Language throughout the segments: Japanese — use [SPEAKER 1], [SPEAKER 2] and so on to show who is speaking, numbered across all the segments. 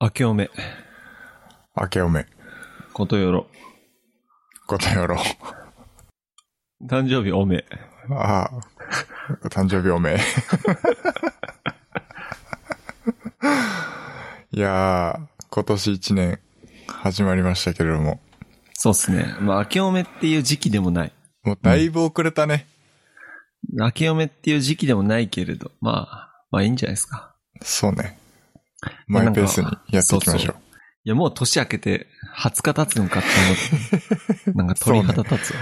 [SPEAKER 1] 明けおめ、
[SPEAKER 2] 明けおめ。
[SPEAKER 1] ことよろ。
[SPEAKER 2] ことやろ。
[SPEAKER 1] 誕生日おめ。
[SPEAKER 2] ああ。誕生日おめ。 いやー、今年一年始まりましたけれども。
[SPEAKER 1] そうっすね。まあ、明けおめっていう時期でもない。
[SPEAKER 2] もうだいぶ遅れたね。
[SPEAKER 1] 明けおめっていう時期でもないけれど、まあ、まあいいんじゃないですか。
[SPEAKER 2] そうね。
[SPEAKER 1] まあ
[SPEAKER 2] マイペースにやっていきまし
[SPEAKER 1] な
[SPEAKER 2] ょ
[SPEAKER 1] んいや、もう年明けて20日経つのかって 思って。なんか鳥肌立つわ。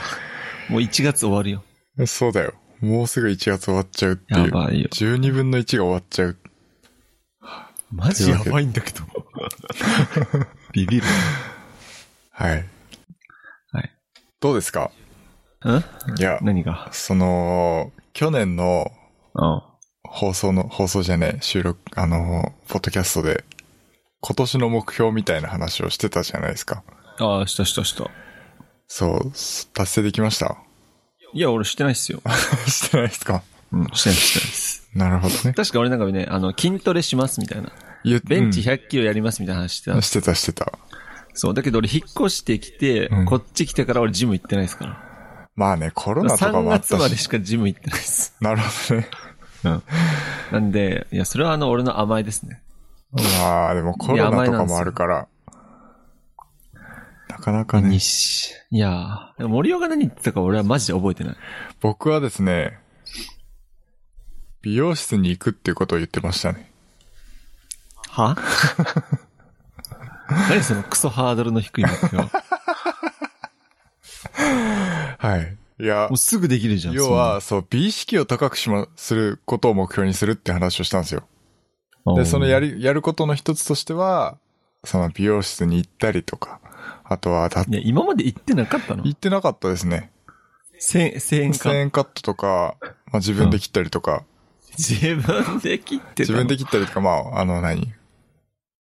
[SPEAKER 1] もう1月終わるよ。
[SPEAKER 2] う。そうだよ。もうすぐ1月終わっちゃうってい
[SPEAKER 1] や
[SPEAKER 2] う。
[SPEAKER 1] ばいよ。
[SPEAKER 2] 12分の1が終わっちゃう。
[SPEAKER 1] マジやばいんだけど。ビビる。
[SPEAKER 2] はい。
[SPEAKER 1] はい。
[SPEAKER 2] どうですか
[SPEAKER 1] ん
[SPEAKER 2] いや、
[SPEAKER 1] 何が
[SPEAKER 2] その、去年の
[SPEAKER 1] うん。
[SPEAKER 2] 放送の、放送じゃねえ、収録、あの、ポッドキャストで、今年の目標みたいな話をしてたじゃないですか。
[SPEAKER 1] ああ、したしたした。
[SPEAKER 2] そう、す達成できました
[SPEAKER 1] いや、俺してないっすよ。
[SPEAKER 2] してないですか
[SPEAKER 1] うん、してないしてないです。
[SPEAKER 2] なるほどね。
[SPEAKER 1] 確か俺なんかね、あの、筋トレしますみたいな。
[SPEAKER 2] 言っ
[SPEAKER 1] ベンチ
[SPEAKER 2] う
[SPEAKER 1] 100キロやりますみたいな話してた、
[SPEAKER 2] んしてた、してた。
[SPEAKER 1] そう。だけど俺引っ越してきて、
[SPEAKER 2] うん
[SPEAKER 1] こっち来てから俺ジム行ってないですから。
[SPEAKER 2] まあね、コロナとか
[SPEAKER 1] 3
[SPEAKER 2] もあっ
[SPEAKER 1] 月ま
[SPEAKER 2] た
[SPEAKER 1] で
[SPEAKER 2] し。
[SPEAKER 1] しかジム行ってないです。
[SPEAKER 2] なるほどね。
[SPEAKER 1] なんで、いや、それはあの、俺の甘えですね。
[SPEAKER 2] まあ、でもコロナとかもあるから。なかなかね、
[SPEAKER 1] 西。いやー、でも森尾が何言ってたか俺はマジで覚えてない。
[SPEAKER 2] 僕はですね、美容室に行くっていうことを言ってましたね。
[SPEAKER 1] は何そのクソハードルの低い目標。も
[SPEAKER 2] はい。いや
[SPEAKER 1] う、すぐできるじゃん。
[SPEAKER 2] 要は、そう、美意識を高くしま、することを目標にするって話をしたんですよ。
[SPEAKER 1] そんな、
[SPEAKER 2] で、そのや
[SPEAKER 1] り、
[SPEAKER 2] り、やることの一つとしては、その美容室に行ったりとか、あとは、だ
[SPEAKER 1] いや、今まで行ってなかったの
[SPEAKER 2] 行ってなかったですね。
[SPEAKER 1] 千、千円か
[SPEAKER 2] 1000。円カットとか、まあ自分で切ったりとか、
[SPEAKER 1] 自分で切ってた
[SPEAKER 2] 自
[SPEAKER 1] の
[SPEAKER 2] 分で切ったりとか、まあ、あの何、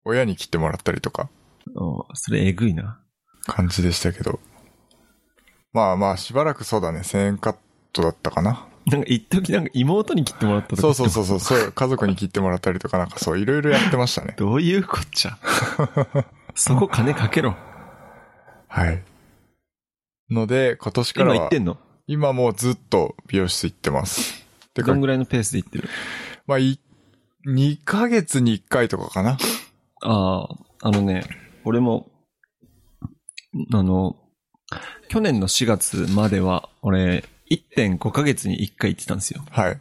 [SPEAKER 2] 親に切ってもらったりとか、
[SPEAKER 1] うんそれえぐいな。
[SPEAKER 2] 感じでしたけど。まあまあ、しばらくそうだね、1000円カットだったかな。
[SPEAKER 1] なんか一時なんか妹に切ってもらった時
[SPEAKER 2] そうそうそうそう、そう、家族に切ってもらったりとか、なんかそう、いろいろやってましたね。
[SPEAKER 1] どういうこっち ゃ。そこ金かけろ。
[SPEAKER 2] はい。ので、今年から
[SPEAKER 1] 今言
[SPEAKER 2] は
[SPEAKER 1] って、んの
[SPEAKER 2] 今もうずっと美容室行ってます。て
[SPEAKER 1] ど
[SPEAKER 2] か
[SPEAKER 1] ん、ぐらいのペースで言ってる
[SPEAKER 2] まあ、い、2ヶ月に1回とかかな。
[SPEAKER 1] ああ、あのね、俺も、あの、去年の4月までは、俺、1.5ヶ月に1回行ってたんですよ。
[SPEAKER 2] はい。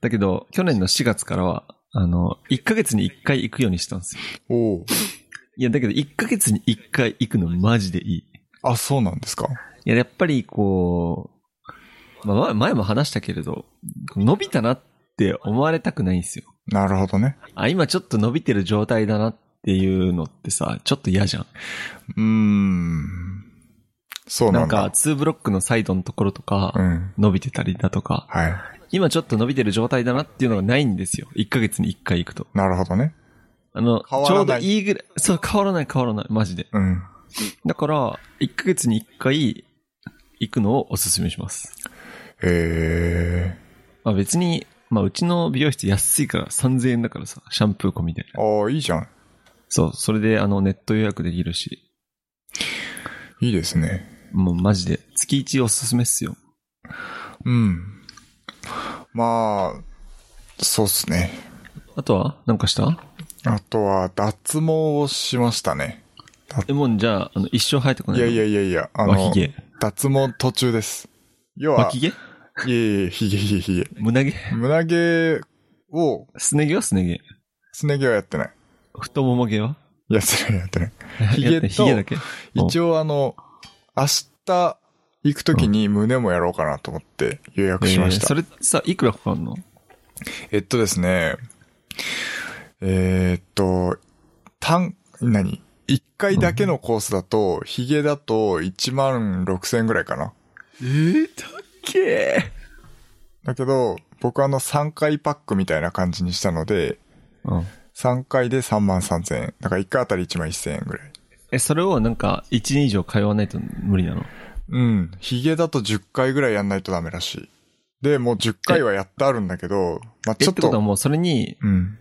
[SPEAKER 1] だけど、去年の4月からは、あの、1ヶ月に1回行くようにしたんですよ。
[SPEAKER 2] おお。
[SPEAKER 1] いや、だけど1ヶ月に1回行くのマジでいい。
[SPEAKER 2] あ、そうなんですか。
[SPEAKER 1] いや、やっぱりこう、まあ、前前も話したけれど、伸びたなって思われたくないんですよ。
[SPEAKER 2] なるほどね。
[SPEAKER 1] あ、今ちょっと伸びてる状態だなっていうのってさ、ちょっと嫌じゃん。
[SPEAKER 2] うーん。そう
[SPEAKER 1] な
[SPEAKER 2] なんん
[SPEAKER 1] か、
[SPEAKER 2] だ。
[SPEAKER 1] 2ブロックのサイドのところとか、
[SPEAKER 2] うん。
[SPEAKER 1] 伸びてたりだとか、
[SPEAKER 2] はい。
[SPEAKER 1] 今ちょっと伸びてる状態だなっていうのがないんですよ。1ヶ月に1回行くと。
[SPEAKER 2] なるほどね。
[SPEAKER 1] あの、ち
[SPEAKER 2] 変わ
[SPEAKER 1] ょ
[SPEAKER 2] ら
[SPEAKER 1] うど
[SPEAKER 2] ない
[SPEAKER 1] いいぐらい、そう、変わらない変わらない、マジで。
[SPEAKER 2] うん。
[SPEAKER 1] だから、1ヶ月に1回行くのをおすすめします。
[SPEAKER 2] え
[SPEAKER 1] まあ別に、まあうちの美容室安いから3000円だからさ、シャンプー込みで。
[SPEAKER 2] ー。ああ、いいじゃん。
[SPEAKER 1] そう、それであのネット予約できるし、
[SPEAKER 2] いいですね。
[SPEAKER 1] もうマジで月1おすすめっすよ。
[SPEAKER 2] うん。まあ、そうっすね。
[SPEAKER 1] あとはなんかした
[SPEAKER 2] あとは、脱毛をしましたね。
[SPEAKER 1] え、もうじゃあ、あの、一生生えてこないい
[SPEAKER 2] や
[SPEAKER 1] の。
[SPEAKER 2] いやいやいや、あ
[SPEAKER 1] 脇
[SPEAKER 2] の、
[SPEAKER 1] 毛。
[SPEAKER 2] 脱毛途中です。要は、
[SPEAKER 1] 脇毛
[SPEAKER 2] いえいえ、ひげひげひ げ。
[SPEAKER 1] 胸毛
[SPEAKER 2] 胸毛を、
[SPEAKER 1] すね毛はすね毛。
[SPEAKER 2] すね毛はやってない。
[SPEAKER 1] 太もも毛は
[SPEAKER 2] やってない、やってない。ヒ
[SPEAKER 1] や
[SPEAKER 2] ゲ
[SPEAKER 1] って
[SPEAKER 2] と
[SPEAKER 1] ヒゲだけ。うん
[SPEAKER 2] 一応あの、明日行くときに胸もやろうかなと思って予約しまし
[SPEAKER 1] えー
[SPEAKER 2] た
[SPEAKER 1] そ。れさ、いくらかかるの
[SPEAKER 2] えっとですね、えーっと、単、何一回だけのコースだと、ヒゲだと1万6000円ぐらいかな。
[SPEAKER 1] えー、たっけ
[SPEAKER 2] だけど、僕あの3回パックみたいな感じにしたので、
[SPEAKER 1] うん。
[SPEAKER 2] 3回で3万3000円。だから1回あたり1万1000円ぐらい。
[SPEAKER 1] え、それをなんか、1年以上通わないと無理なの
[SPEAKER 2] うん。ヒゲだと10回ぐらいやんないとダメらしい。で、もう10回はやってあるんだけど、まあ
[SPEAKER 1] え、
[SPEAKER 2] ちょ
[SPEAKER 1] っ
[SPEAKER 2] って
[SPEAKER 1] こと
[SPEAKER 2] と、
[SPEAKER 1] はもうそれに、
[SPEAKER 2] うん。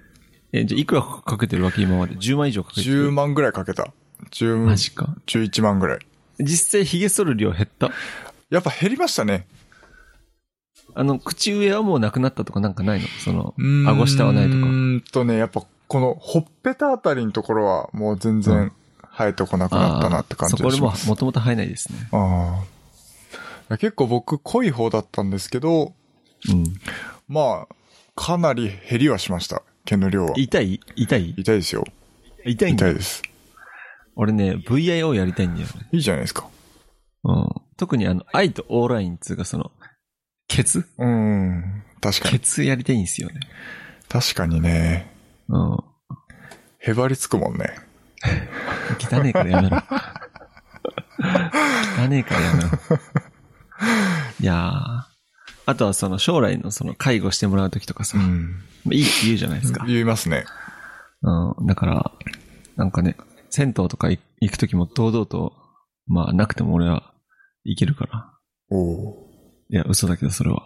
[SPEAKER 1] え、じゃあいくらかけてるわけ今まで ?10 万以上かけてる。
[SPEAKER 2] 10万ぐらいかけた。
[SPEAKER 1] マ
[SPEAKER 2] 10、
[SPEAKER 1] ジか。
[SPEAKER 2] 11万ぐらい。
[SPEAKER 1] 実際、髭剃る量減った
[SPEAKER 2] やっぱ減りましたね。
[SPEAKER 1] あの、口上はもうなくなったとかなんかないのその
[SPEAKER 2] うー、ん
[SPEAKER 1] 顎下はないうとか。
[SPEAKER 2] ーんとね、やっぱこのほっぺたあたりのところはもう全
[SPEAKER 1] う
[SPEAKER 2] 然生えてこなくなったなって感じ
[SPEAKER 1] そこ
[SPEAKER 2] が
[SPEAKER 1] で
[SPEAKER 2] し
[SPEAKER 1] も
[SPEAKER 2] ます。、
[SPEAKER 1] もともと生えないですね。
[SPEAKER 2] ああ結構僕濃い方だったんですけど、
[SPEAKER 1] うん。
[SPEAKER 2] まあ、かなり減りはしました。毛の量は。
[SPEAKER 1] 痛い痛い
[SPEAKER 2] 痛いですよ。
[SPEAKER 1] 痛いんだ
[SPEAKER 2] 痛
[SPEAKER 1] よ
[SPEAKER 2] いです。
[SPEAKER 1] 俺ね、VIO やりたいんだよね。
[SPEAKER 2] いいじゃないですか。
[SPEAKER 1] うん。特にあの、愛とオーラインっていうかその、ケツ
[SPEAKER 2] うーん。確か
[SPEAKER 1] ケ
[SPEAKER 2] に。
[SPEAKER 1] ツやりたいんですよね。
[SPEAKER 2] 確かにね。
[SPEAKER 1] うん。
[SPEAKER 2] へばりつくもんね。
[SPEAKER 1] 汚ねえからや めろ。汚ねえからやめろ。いやー。あとはその将来のその介護してもらうときとかさ、
[SPEAKER 2] う
[SPEAKER 1] ま
[SPEAKER 2] ん。
[SPEAKER 1] あいいって言うじゃないですか。
[SPEAKER 2] 言いますね。
[SPEAKER 1] うん。だから、なんかね、銭湯とかい行くときも堂々と、まあなくても俺は行けるから。
[SPEAKER 2] おお
[SPEAKER 1] いや、嘘だけどそれ は。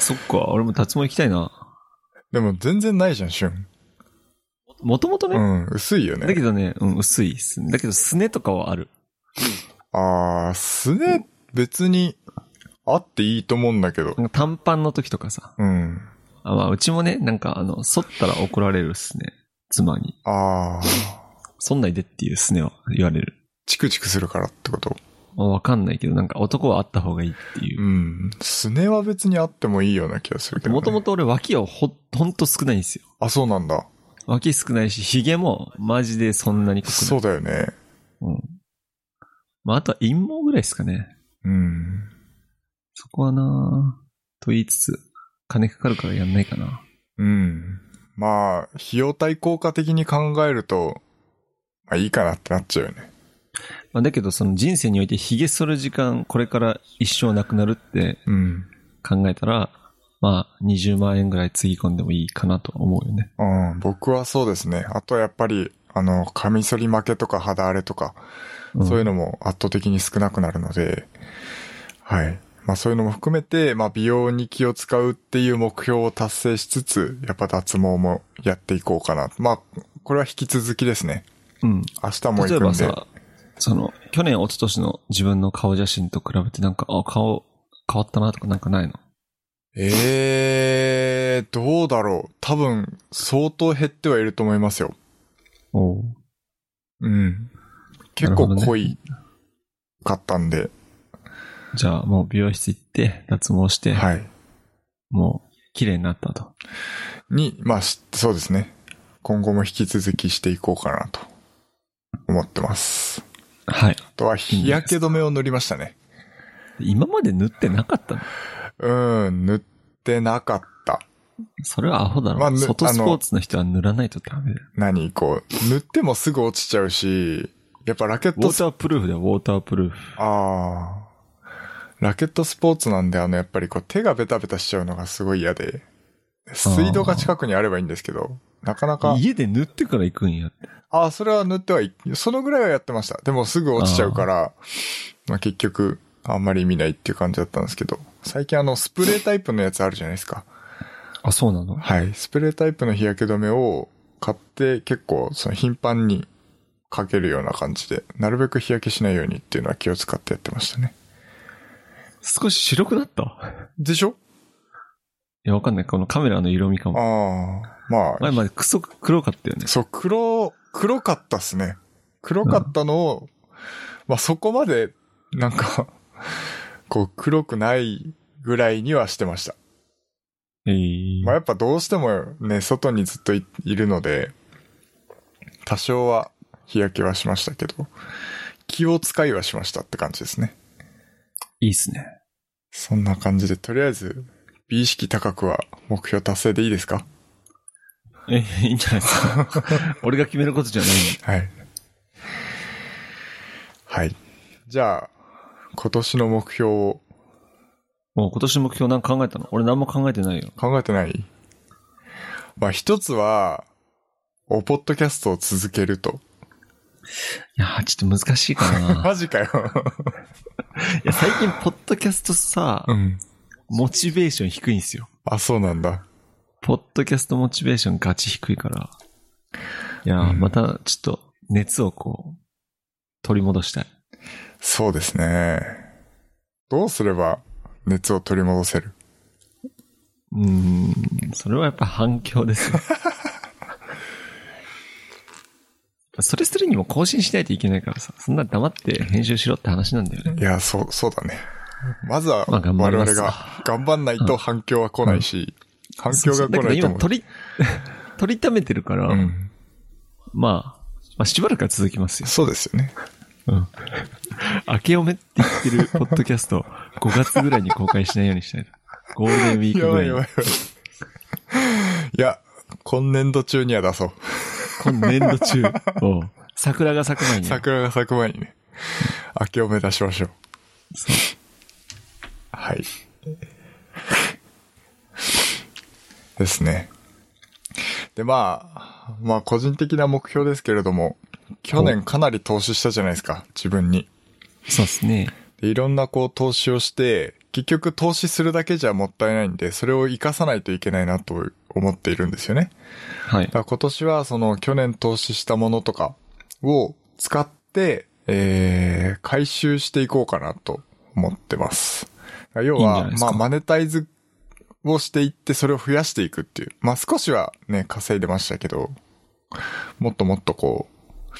[SPEAKER 1] そっか、俺も脱毛行きたいな。
[SPEAKER 2] ー。でも全然ないじゃん、旬。
[SPEAKER 1] もともと
[SPEAKER 2] う
[SPEAKER 1] ね、
[SPEAKER 2] ん。薄いよね。
[SPEAKER 1] だけどね、うん、薄いっす。だけど、すねとかはある。
[SPEAKER 2] あー、すね、別に、あっていいと思うんだけど。
[SPEAKER 1] なんか短パンの時とかさ。
[SPEAKER 2] うん。
[SPEAKER 1] あまあ、うちもね、なんか、あの、剃ったら怒られるっすね。妻に。
[SPEAKER 2] あー、
[SPEAKER 1] そんないでっていうすねは言われる。
[SPEAKER 2] チクチクするからってこと。
[SPEAKER 1] まあわかんないけど、なんか男はあった方がいいっていうう。
[SPEAKER 2] ん。すねは別にあってもいいような気がするけど、ね。
[SPEAKER 1] もともと俺脇はほ、ほんと少ないんですよ。
[SPEAKER 2] あ、そうなんだ。
[SPEAKER 1] 脇少ないし、髭もマジでそんなに濃くない。
[SPEAKER 2] そうだよね。
[SPEAKER 1] うん。まあ、あとは陰毛ぐらいですかね。
[SPEAKER 2] うん。
[SPEAKER 1] そこはなぁと言いつつ、金かかるからやんないかな。
[SPEAKER 2] うん。まあ、費用対効果的に考えると、まあいいかなってなっちゃうよね。
[SPEAKER 1] まあ、だけどその人生において髭剃る時間、これから一生なくなるって
[SPEAKER 2] うん。
[SPEAKER 1] 考えたら、まあ20万円ぐらいつぎ込んでもいいかなとは思うよね。
[SPEAKER 2] うん、僕はそうですね。あとはやっぱり、あの、カミソリ負けとか肌荒れとか、
[SPEAKER 1] うん
[SPEAKER 2] そういうのも圧倒的に少なくなるので、はい。まあそういうのも含めて、まあ美容に気を使うっていう目標を達成しつつ、やっぱ脱毛もやっていこうかな。まあ、これは引き続きですね。
[SPEAKER 1] うん。
[SPEAKER 2] 明日も
[SPEAKER 1] 例
[SPEAKER 2] 行
[SPEAKER 1] え
[SPEAKER 2] くん
[SPEAKER 1] ば
[SPEAKER 2] で。
[SPEAKER 1] さ、その、去年、一昨年の自分の顔写真と比べてなんか、あ、顔変わったなとかなんかないの
[SPEAKER 2] えー、どうだろう。多分、相当減ってはいると思いますよ。
[SPEAKER 1] お
[SPEAKER 2] うん。結
[SPEAKER 1] な
[SPEAKER 2] 構
[SPEAKER 1] るほどね
[SPEAKER 2] 濃いかったんで、
[SPEAKER 1] じゃあもう美容室行って、脱毛して、
[SPEAKER 2] はい。
[SPEAKER 1] もう綺麗になったと。
[SPEAKER 2] に、まあ、しそうですね。今後も引き続きしていこうかなと思ってます。
[SPEAKER 1] はい。
[SPEAKER 2] あとは日焼け止めを塗りましたね。
[SPEAKER 1] 今まで塗ってなかったの
[SPEAKER 2] うん、塗ってなかった。
[SPEAKER 1] それはアホだろ。
[SPEAKER 2] まあぬ
[SPEAKER 1] 外スポーツの人は塗らないとダメだよ。
[SPEAKER 2] 何こう、塗ってもすぐ落ちちゃうし、やっぱラケッ
[SPEAKER 1] ウォ
[SPEAKER 2] ト
[SPEAKER 1] ー
[SPEAKER 2] ス、
[SPEAKER 1] タープルーフだよ、ウォータープルーフ。
[SPEAKER 2] あーラケットスポーツなんで、あの、やっぱりこう手がベタベタしちゃうのがすごい嫌で、水道が近くにあればいいんですけど、なかなか、
[SPEAKER 1] 家で塗ってから行くんやって。
[SPEAKER 2] ああ、それは塗ってはい、そのぐらいはやってました。でもすぐ落ちちゃうから、まあ結局、あんまり見ないっていう感じだったんですけど、最近あの、スプレータイプのやつあるじゃないですか。
[SPEAKER 1] あ、そうなの
[SPEAKER 2] はい。スプレータイプの日焼け止めを買って結構その頻繁にかけるような感じで、なるべく日焼けしないようにっていうのは気を使ってやってましたね。
[SPEAKER 1] 少し白くなった
[SPEAKER 2] でしょ
[SPEAKER 1] いや、わかんない。このカメラの色味か
[SPEAKER 2] あ
[SPEAKER 1] も。
[SPEAKER 2] あ、まあ、
[SPEAKER 1] 前までクソ黒かったよね。
[SPEAKER 2] そう、黒、黒かったっすね。黒かったのを、まあそこまで、なんか、こう黒くないぐらいにはしてました。
[SPEAKER 1] えー
[SPEAKER 2] まあやっぱどうしてもね、外にずっといいるので、多少は日焼けはしましたけど、気を使いはしましたって感じですね。
[SPEAKER 1] いいっすね。
[SPEAKER 2] そんな感じで、とりあえず、美意識高くは目標達成でいいですか
[SPEAKER 1] え、いいんじゃないです か。俺が決めることじゃないんで
[SPEAKER 2] はい。はい。じゃあ、今年の目標を
[SPEAKER 1] もう今年目標なんか考えたの俺何も考えてないよ。
[SPEAKER 2] 考えてないまあ一つは、おポッドキャストを続けると。
[SPEAKER 1] いやー、ちょっと難しいかな。
[SPEAKER 2] マジかよ。
[SPEAKER 1] いや、最近、ポッドキャストさ
[SPEAKER 2] う、ん。
[SPEAKER 1] モチベーション低いんすよ。
[SPEAKER 2] あ、そうなんだ。
[SPEAKER 1] ポッドキャストモチベーションガチ低いから。いやー、
[SPEAKER 2] うん
[SPEAKER 1] またちょっと熱をこう、取り戻したい。
[SPEAKER 2] そうですね。どうすれば熱を取り戻せる
[SPEAKER 1] うーん、それはやっぱ反響です よ。それするにも更新しないといけないからさ、そんな黙って編集しろって話なんだよね。
[SPEAKER 2] いや、そう、そうだね。まずは、
[SPEAKER 1] まあ
[SPEAKER 2] 我
[SPEAKER 1] 頑張りま
[SPEAKER 2] 々
[SPEAKER 1] す
[SPEAKER 2] が頑張んないと反響は来ないし、反響が来
[SPEAKER 1] だけど
[SPEAKER 2] ない
[SPEAKER 1] 今
[SPEAKER 2] と思う。
[SPEAKER 1] 取り、 取りためてるから、
[SPEAKER 2] うん。
[SPEAKER 1] まあ、まあしばらくは続きますよ。
[SPEAKER 2] そうですよね。
[SPEAKER 1] うん。明けおめって言ってるポッドキャスト、5月ぐらいに公開しないようにしたい。ゴールデンウィーク
[SPEAKER 2] や
[SPEAKER 1] ぐ
[SPEAKER 2] ば
[SPEAKER 1] ら
[SPEAKER 2] い
[SPEAKER 1] い
[SPEAKER 2] やば
[SPEAKER 1] に
[SPEAKER 2] い。やばい。いや、今年度中には出そう。
[SPEAKER 1] 今年度中、おう桜が咲く前に。
[SPEAKER 2] 桜が咲く前にね、明けおめ出しましょう。はい。ですね。で、まあ、まあ個人的な目標ですけれども、去年かなり投資したじゃないですか、自分に。
[SPEAKER 1] そうですね。
[SPEAKER 2] でいろんなこう投資をして、結局投資するだけじゃもったいないんで、それを活かさないといけないなと思っているんですよね。
[SPEAKER 1] はい
[SPEAKER 2] だか。ら今年はその去年投資したものとかを使って、えー、回収していこうかなと思ってます。だから要
[SPEAKER 1] いいんじゃな
[SPEAKER 2] は、
[SPEAKER 1] いですか
[SPEAKER 2] まあマネタイズをしていってそれを増やしていくっていう。まあ少しはね、稼いでましたけど、もっともっとこう、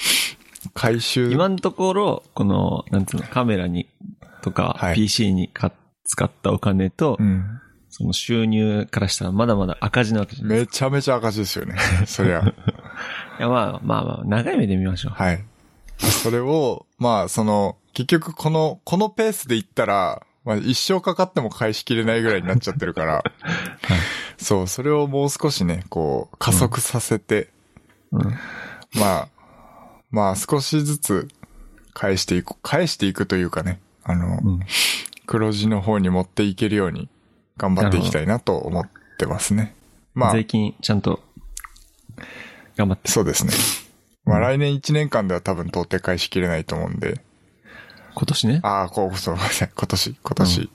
[SPEAKER 2] 回収。
[SPEAKER 1] 今のところ、この、なんつうの、カメラに、とか
[SPEAKER 2] は、い
[SPEAKER 1] PC にか使ったお金と、
[SPEAKER 2] うん。
[SPEAKER 1] その収入からしたらまだまだ赤字なわけじゃない
[SPEAKER 2] めちゃめちゃ赤字ですよね。そりゃ。
[SPEAKER 1] いや、まあまあまあ、長い目で見ましょう。
[SPEAKER 2] はい。それを、まあ、その、結局この、このペースでいったら、まあ、一生かかっても返しきれないぐらいになっちゃって るから、そう、それをもう少しね、こう、加速させて、
[SPEAKER 1] うん
[SPEAKER 2] まあ、まあ、少しずつ返していく、返していくというかね、あの、
[SPEAKER 1] うん
[SPEAKER 2] 黒字の方に持っていけるように頑張っていきたいなと思ってますね。まあ
[SPEAKER 1] 税、金、ちゃんと、頑張って。
[SPEAKER 2] そうですね。まあ、来年1年間では多分到底返しきれないと思うんで、
[SPEAKER 1] 今年ね。
[SPEAKER 2] ああ、こう、そう、ごめんなさい。今年、今年。
[SPEAKER 1] う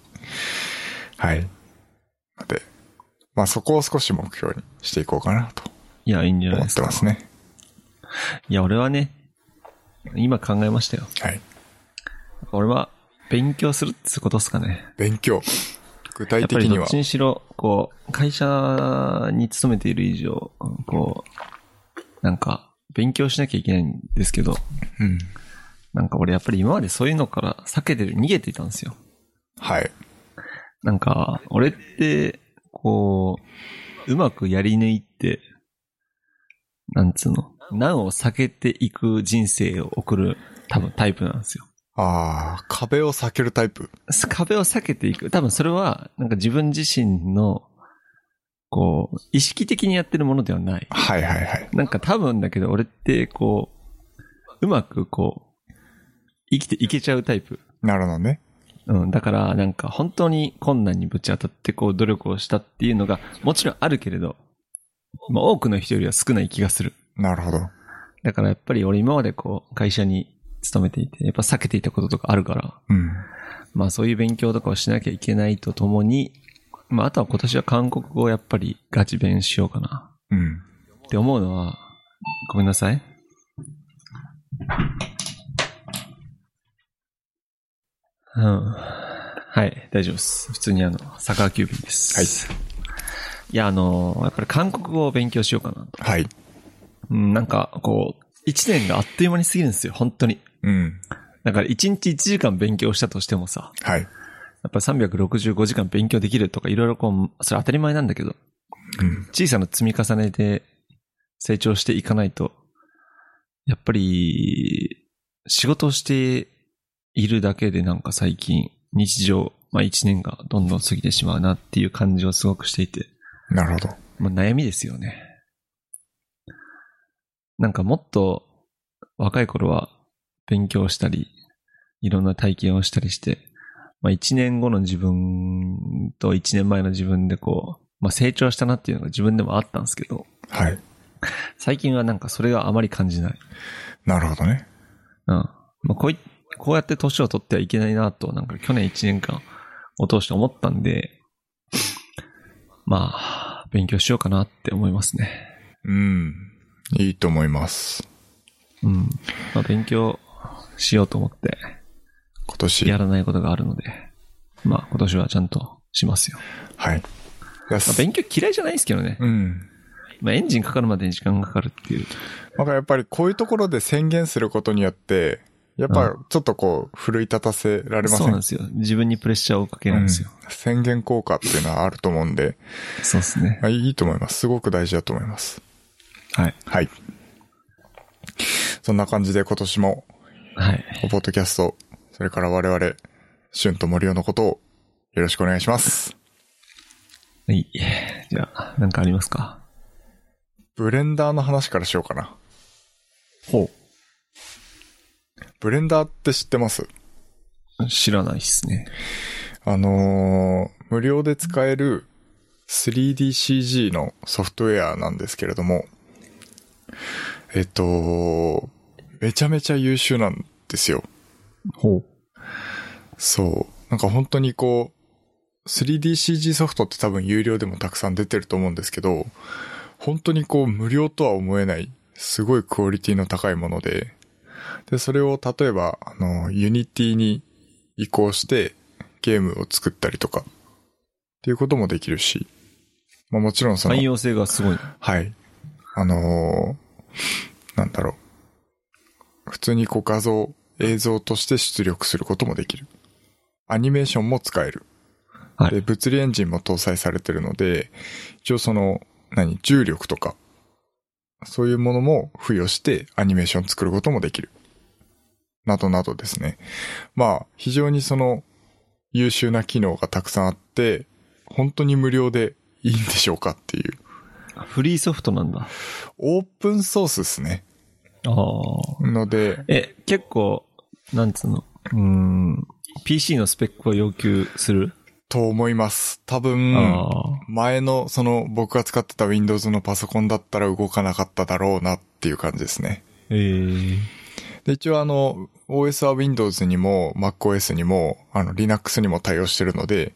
[SPEAKER 2] はい。ので、まあそこを少し目標にしていこうかなと
[SPEAKER 1] いや、いいんじゃない
[SPEAKER 2] 思
[SPEAKER 1] で
[SPEAKER 2] っ
[SPEAKER 1] す
[SPEAKER 2] て
[SPEAKER 1] か
[SPEAKER 2] ま。すね。
[SPEAKER 1] いや、俺はね、今考えましたよ。
[SPEAKER 2] はい。
[SPEAKER 1] 俺は、勉強するってことですかね。
[SPEAKER 2] 勉強。具
[SPEAKER 1] や
[SPEAKER 2] 体
[SPEAKER 1] っぱ
[SPEAKER 2] 的
[SPEAKER 1] り
[SPEAKER 2] に
[SPEAKER 1] どっ
[SPEAKER 2] は
[SPEAKER 1] ち。にしろ、こう、会社に勤めている以上、こう、なんか、勉強しなきゃいけないんですけど、
[SPEAKER 2] うん。
[SPEAKER 1] なんか俺やっぱり今までそういうのから避けてる、逃げていたんですよ。
[SPEAKER 2] はい。
[SPEAKER 1] なんか、俺って、こう、うまくやり抜いて、なんつうの、難を避けていく人生を送る、多分タイプなんですよ。
[SPEAKER 2] ああ、壁を避けるタイプ。
[SPEAKER 1] 壁を避けていく。多分それは、なんか自分自身の、こう、意識的にやってるものではない。
[SPEAKER 2] はいはいはい。
[SPEAKER 1] なんか多分だけど、俺って、こう、うまくこう、生きていけちゃうタイプ。
[SPEAKER 2] なるほどね。
[SPEAKER 1] うん、だから、なんか本当に困難にぶち当たって、こう、努力をしたっていうのが、もちろんあるけれど、まあ多くの人よりは少ない気がする。
[SPEAKER 2] なるほど。
[SPEAKER 1] だからやっぱり俺今までこう、会社に勤めていて、やっぱ避けていたこととかあるから、
[SPEAKER 2] うん。
[SPEAKER 1] まあそういう勉強とかをしなきゃいけないとともに、まああとは今年は韓国語をやっぱりガチ勉しようかな。
[SPEAKER 2] うん。
[SPEAKER 1] って思うのは、ごめんなさい。うん。はい、大丈夫です。普通にあの、サッカーキュービーです。はい。いや、あの、やっぱり韓国語を勉強しようかなと。
[SPEAKER 2] はい。
[SPEAKER 1] うん、なんか、こう、一年があっという間に過ぎるんですよ、本当に。
[SPEAKER 2] うん。
[SPEAKER 1] だから一日一時間勉強したとしてもさ、
[SPEAKER 2] はい。
[SPEAKER 1] やっぱり365時間勉強できるとかいろいろこう、それ当たり前なんだけど、
[SPEAKER 2] うん。
[SPEAKER 1] 小さな積み重ねで成長していかないと、やっぱり、仕事をしているだけでなんか最近、日常、まあ一年がどんどん過ぎてしまうなっていう感じをすごくしていて、
[SPEAKER 2] なるほど。
[SPEAKER 1] まあ悩みですよね。なんかもっと若い頃は勉強したり、いろんな体験をしたりして、まあ一年後の自分と一年前の自分でこう、まあ成長したなっていうのが自分でもあったんですけど、
[SPEAKER 2] はい。
[SPEAKER 1] 最近はなんかそれがあまり感じない。
[SPEAKER 2] なるほどね。
[SPEAKER 1] うん。まあこうい、こうやって年を取ってはいけないなと、なんか去年一年間を通して思ったんで、まあ、勉強しようかなって思いますね。
[SPEAKER 2] うん。いいと思います。
[SPEAKER 1] うん。まあ、勉強しようと思って、
[SPEAKER 2] 今年
[SPEAKER 1] や。らないことがあるので、まあ、今年はちゃんとしますよ。
[SPEAKER 2] はい。
[SPEAKER 1] まあ、勉強嫌いじゃないですけどね。
[SPEAKER 2] うん。
[SPEAKER 1] まあ、エンジンかかるまでに時間がかかるっていう。
[SPEAKER 2] なんかやっぱりこういうところで宣言することによって、やっぱちょっとこう、奮い立たせられませ
[SPEAKER 1] そ
[SPEAKER 2] ん
[SPEAKER 1] うなんですよ。自分にプレッシャーをかけるんですよ。
[SPEAKER 2] うん宣言効果っていうのはあると思うんで、
[SPEAKER 1] そうですね。
[SPEAKER 2] まあいいと思います。すごく大事だと思います。
[SPEAKER 1] はい。
[SPEAKER 2] はい。そんな感じで今年も、
[SPEAKER 1] はい。
[SPEAKER 2] ポッドキャスト、それから我々、春と森尾のことをよろしくお願いします。
[SPEAKER 1] はい。じゃあ、なんかありますか
[SPEAKER 2] ブレンダーの話からしようかな。
[SPEAKER 1] ほ
[SPEAKER 2] ブレンダーって知ってます
[SPEAKER 1] う。知らないっすね。
[SPEAKER 2] あのー無料で使える 3DCG のソフトウェアなんですけれども、えっと、めちゃめちゃ優秀なんですよ。
[SPEAKER 1] ほう。
[SPEAKER 2] そう。なんか本当にこう、3DCG ソフトって多分有料でもたくさん出てると思うんですけど、本当にこう無料とは思えない、すごいクオリティの高いもので、で、それを例えば、あの、Unity に移行してゲームを作ったりとか、っていうこともできるし、まあもちろんその
[SPEAKER 1] 汎、用性がすごい。
[SPEAKER 2] はい。あのーなんだろう。普通にこう画像、映像として出力することもできる。アニメーションも使える。
[SPEAKER 1] はい
[SPEAKER 2] で、物理エンジンも搭載されてるので、一応その、何、重力とか、そういうものも付与してアニメーション作ることもできる。などなどですね。まあ、非常にその、優秀な機能がたくさんあって、本当に無料でいいんでしょうかっていう。
[SPEAKER 1] フリーソフトなんだ。
[SPEAKER 2] オープンソースですね。
[SPEAKER 1] ああ。
[SPEAKER 2] ので、
[SPEAKER 1] え、結構、なんつうの、うーん、PC のスペックを要求する、
[SPEAKER 2] と思います。多
[SPEAKER 1] あ
[SPEAKER 2] 分、
[SPEAKER 1] あ
[SPEAKER 2] 前のその僕が使ってた Windows のパソコンだったら動かなかっただろうなっていう感じですね。
[SPEAKER 1] ええ
[SPEAKER 2] で、一応あの、OS は Windows にも MacOS にも、あの、Linux にも対応してるので、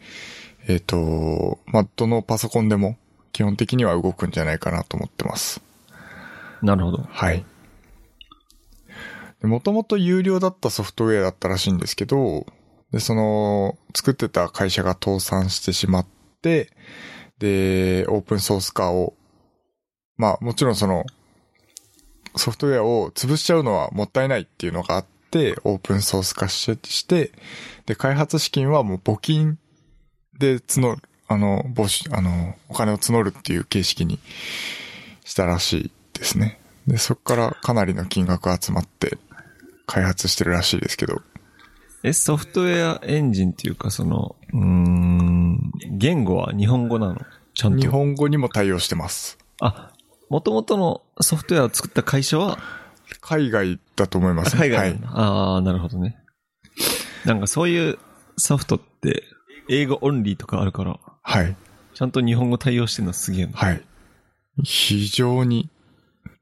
[SPEAKER 2] えっ、と、まあ、どのパソコンでも基本的には動くんじゃないかなと思ってます。
[SPEAKER 1] なるほど。
[SPEAKER 2] はい。もともと有料だったソフトウェアだったらしいんですけど、で、その、作ってた会社が倒産してしまって、で、オープンソース化を、まあ、もちろんその、ソフトウェアを潰しちゃうのはもったいないっていうのがあって、オープンソース化しして、で、開発資金はもう募金で募る、あの、募集、あの、お金を募るっていう形式にしたらしいですね。で、そこからかなりの金額集まって開発してるらしいですけど。
[SPEAKER 1] え、ソフトウェアエンジンっていうか、その、うーん、言語は日本語なのちゃんと。
[SPEAKER 2] 日本語にも対応してます。
[SPEAKER 1] あ、もともとのソフトウェアを作った会社は、
[SPEAKER 2] 海外だと思います、
[SPEAKER 1] 海外
[SPEAKER 2] は
[SPEAKER 1] ないんだ、ああ、なるほどね。なんかそういうソフトって、英語オンリーとかあるから、
[SPEAKER 2] はい。
[SPEAKER 1] ちゃんと日本語対応してるのすげえな。
[SPEAKER 2] はい。非常に、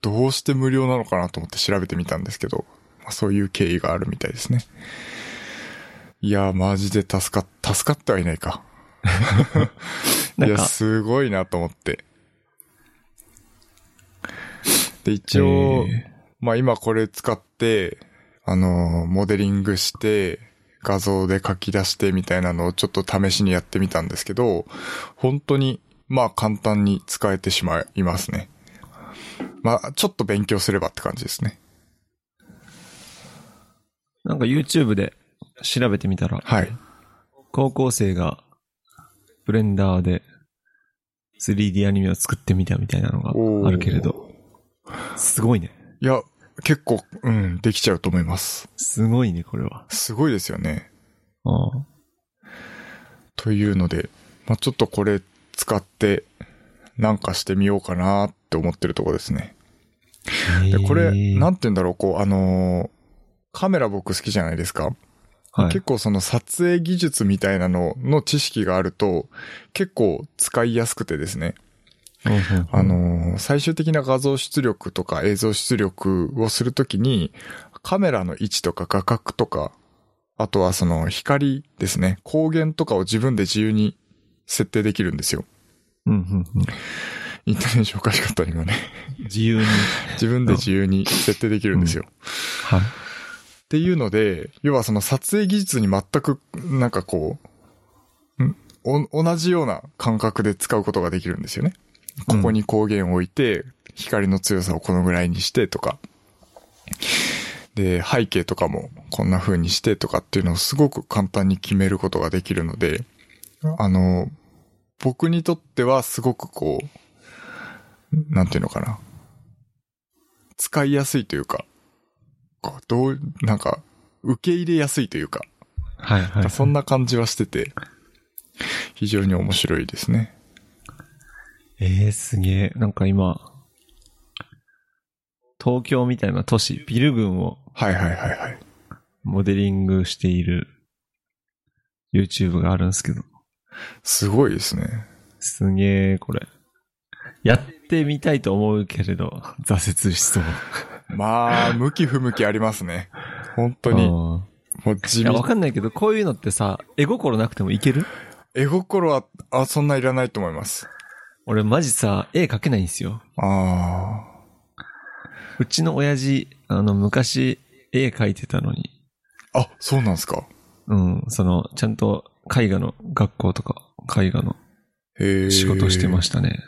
[SPEAKER 2] どうして無料なのかなと思って調べてみたんですけど、まあそういう経緯があるみたいですね。いやー、マジで助かっ、助かってはいないか。い
[SPEAKER 1] なん
[SPEAKER 2] や、
[SPEAKER 1] か、
[SPEAKER 2] すごいなと思って。で、一応、
[SPEAKER 1] え
[SPEAKER 2] まあ今これ使って、あのー、モデリングして、画像で書き出してみたいなのをちょっと試しにやってみたんですけど、本当に、まあ簡単に使えてしまいますね。まあ、ちょっと勉強すればって感じですね。
[SPEAKER 1] ーなんか YouTube で調べてみたら、
[SPEAKER 2] はい。
[SPEAKER 1] 高校生が、ブレンダーで 3D アニメを作ってみたみたいなの
[SPEAKER 2] おー
[SPEAKER 1] があるけれど、すごいね。
[SPEAKER 2] いや、結構、うん、できちゃうと思います。
[SPEAKER 1] すごいね、これは。
[SPEAKER 2] すごいですよね。
[SPEAKER 1] あ
[SPEAKER 2] というので、まあ、ちょっとこれ使って、なんかしてみようかなって思ってるとこですね。
[SPEAKER 1] あ、
[SPEAKER 2] で、これ、なんんて言うんだろう、こう、あのーカメラ僕好きじゃないですか。
[SPEAKER 1] はい、
[SPEAKER 2] 結構その撮影技術みたいなのの知識があると、結構使いやすくてですね。
[SPEAKER 1] うんうん
[SPEAKER 2] あのー最終的な画像出力とか映像出力をするときに、カメラの位置とか画角とか、あとはその光ですね、光源とかを自分で自由に設定できるんですよ。
[SPEAKER 1] うんうんうん。
[SPEAKER 2] イントネーションおかしかった今ね。
[SPEAKER 1] 自由に。
[SPEAKER 2] 自分で自由に設定できるんですよ。
[SPEAKER 1] はい。
[SPEAKER 2] っていうので、要はその撮影技術に全く、なんかこう、んお同じような感覚で使うことができるんですよね。ここに光源を置いて、光の強さをこのぐらいにしてとか、で、背景とかもこんな風にしてとかっていうのをすごく簡単に決めることができるので、あの、僕にとってはすごくこう、なんていうのかな。使いやすいというか、こうどう、なんか、受け入れやすいというか、
[SPEAKER 1] はいはい。
[SPEAKER 2] そんな感じはしてて、非常に面白いですね。
[SPEAKER 1] ええー、すげえ。なんか今、東京みたいな都市、ビル群を
[SPEAKER 2] はいはいはいはい。
[SPEAKER 1] モデリングしている YouTube があるんですけど。
[SPEAKER 2] すごいですね。
[SPEAKER 1] すげえ、これ。やってみたいと思うけれど、挫折しそう。
[SPEAKER 2] まあ、向き不向きありますね。本当
[SPEAKER 1] 本
[SPEAKER 2] に。もう
[SPEAKER 1] い
[SPEAKER 2] 地
[SPEAKER 1] や、わ
[SPEAKER 2] 味。
[SPEAKER 1] かんないけど、こういうのってさ、絵心なくてもいける
[SPEAKER 2] 絵心は、あ、そんないらないと思います。
[SPEAKER 1] 俺マジさ、絵描けないんですよ。
[SPEAKER 2] あ
[SPEAKER 1] うちの親父、あの、昔、絵描いてたのに、
[SPEAKER 2] あ。あ、そうなんですか。
[SPEAKER 1] うん、その、ちゃんと絵画の学校とか、絵画の
[SPEAKER 2] へえ。
[SPEAKER 1] 仕事してま
[SPEAKER 2] し
[SPEAKER 1] したね。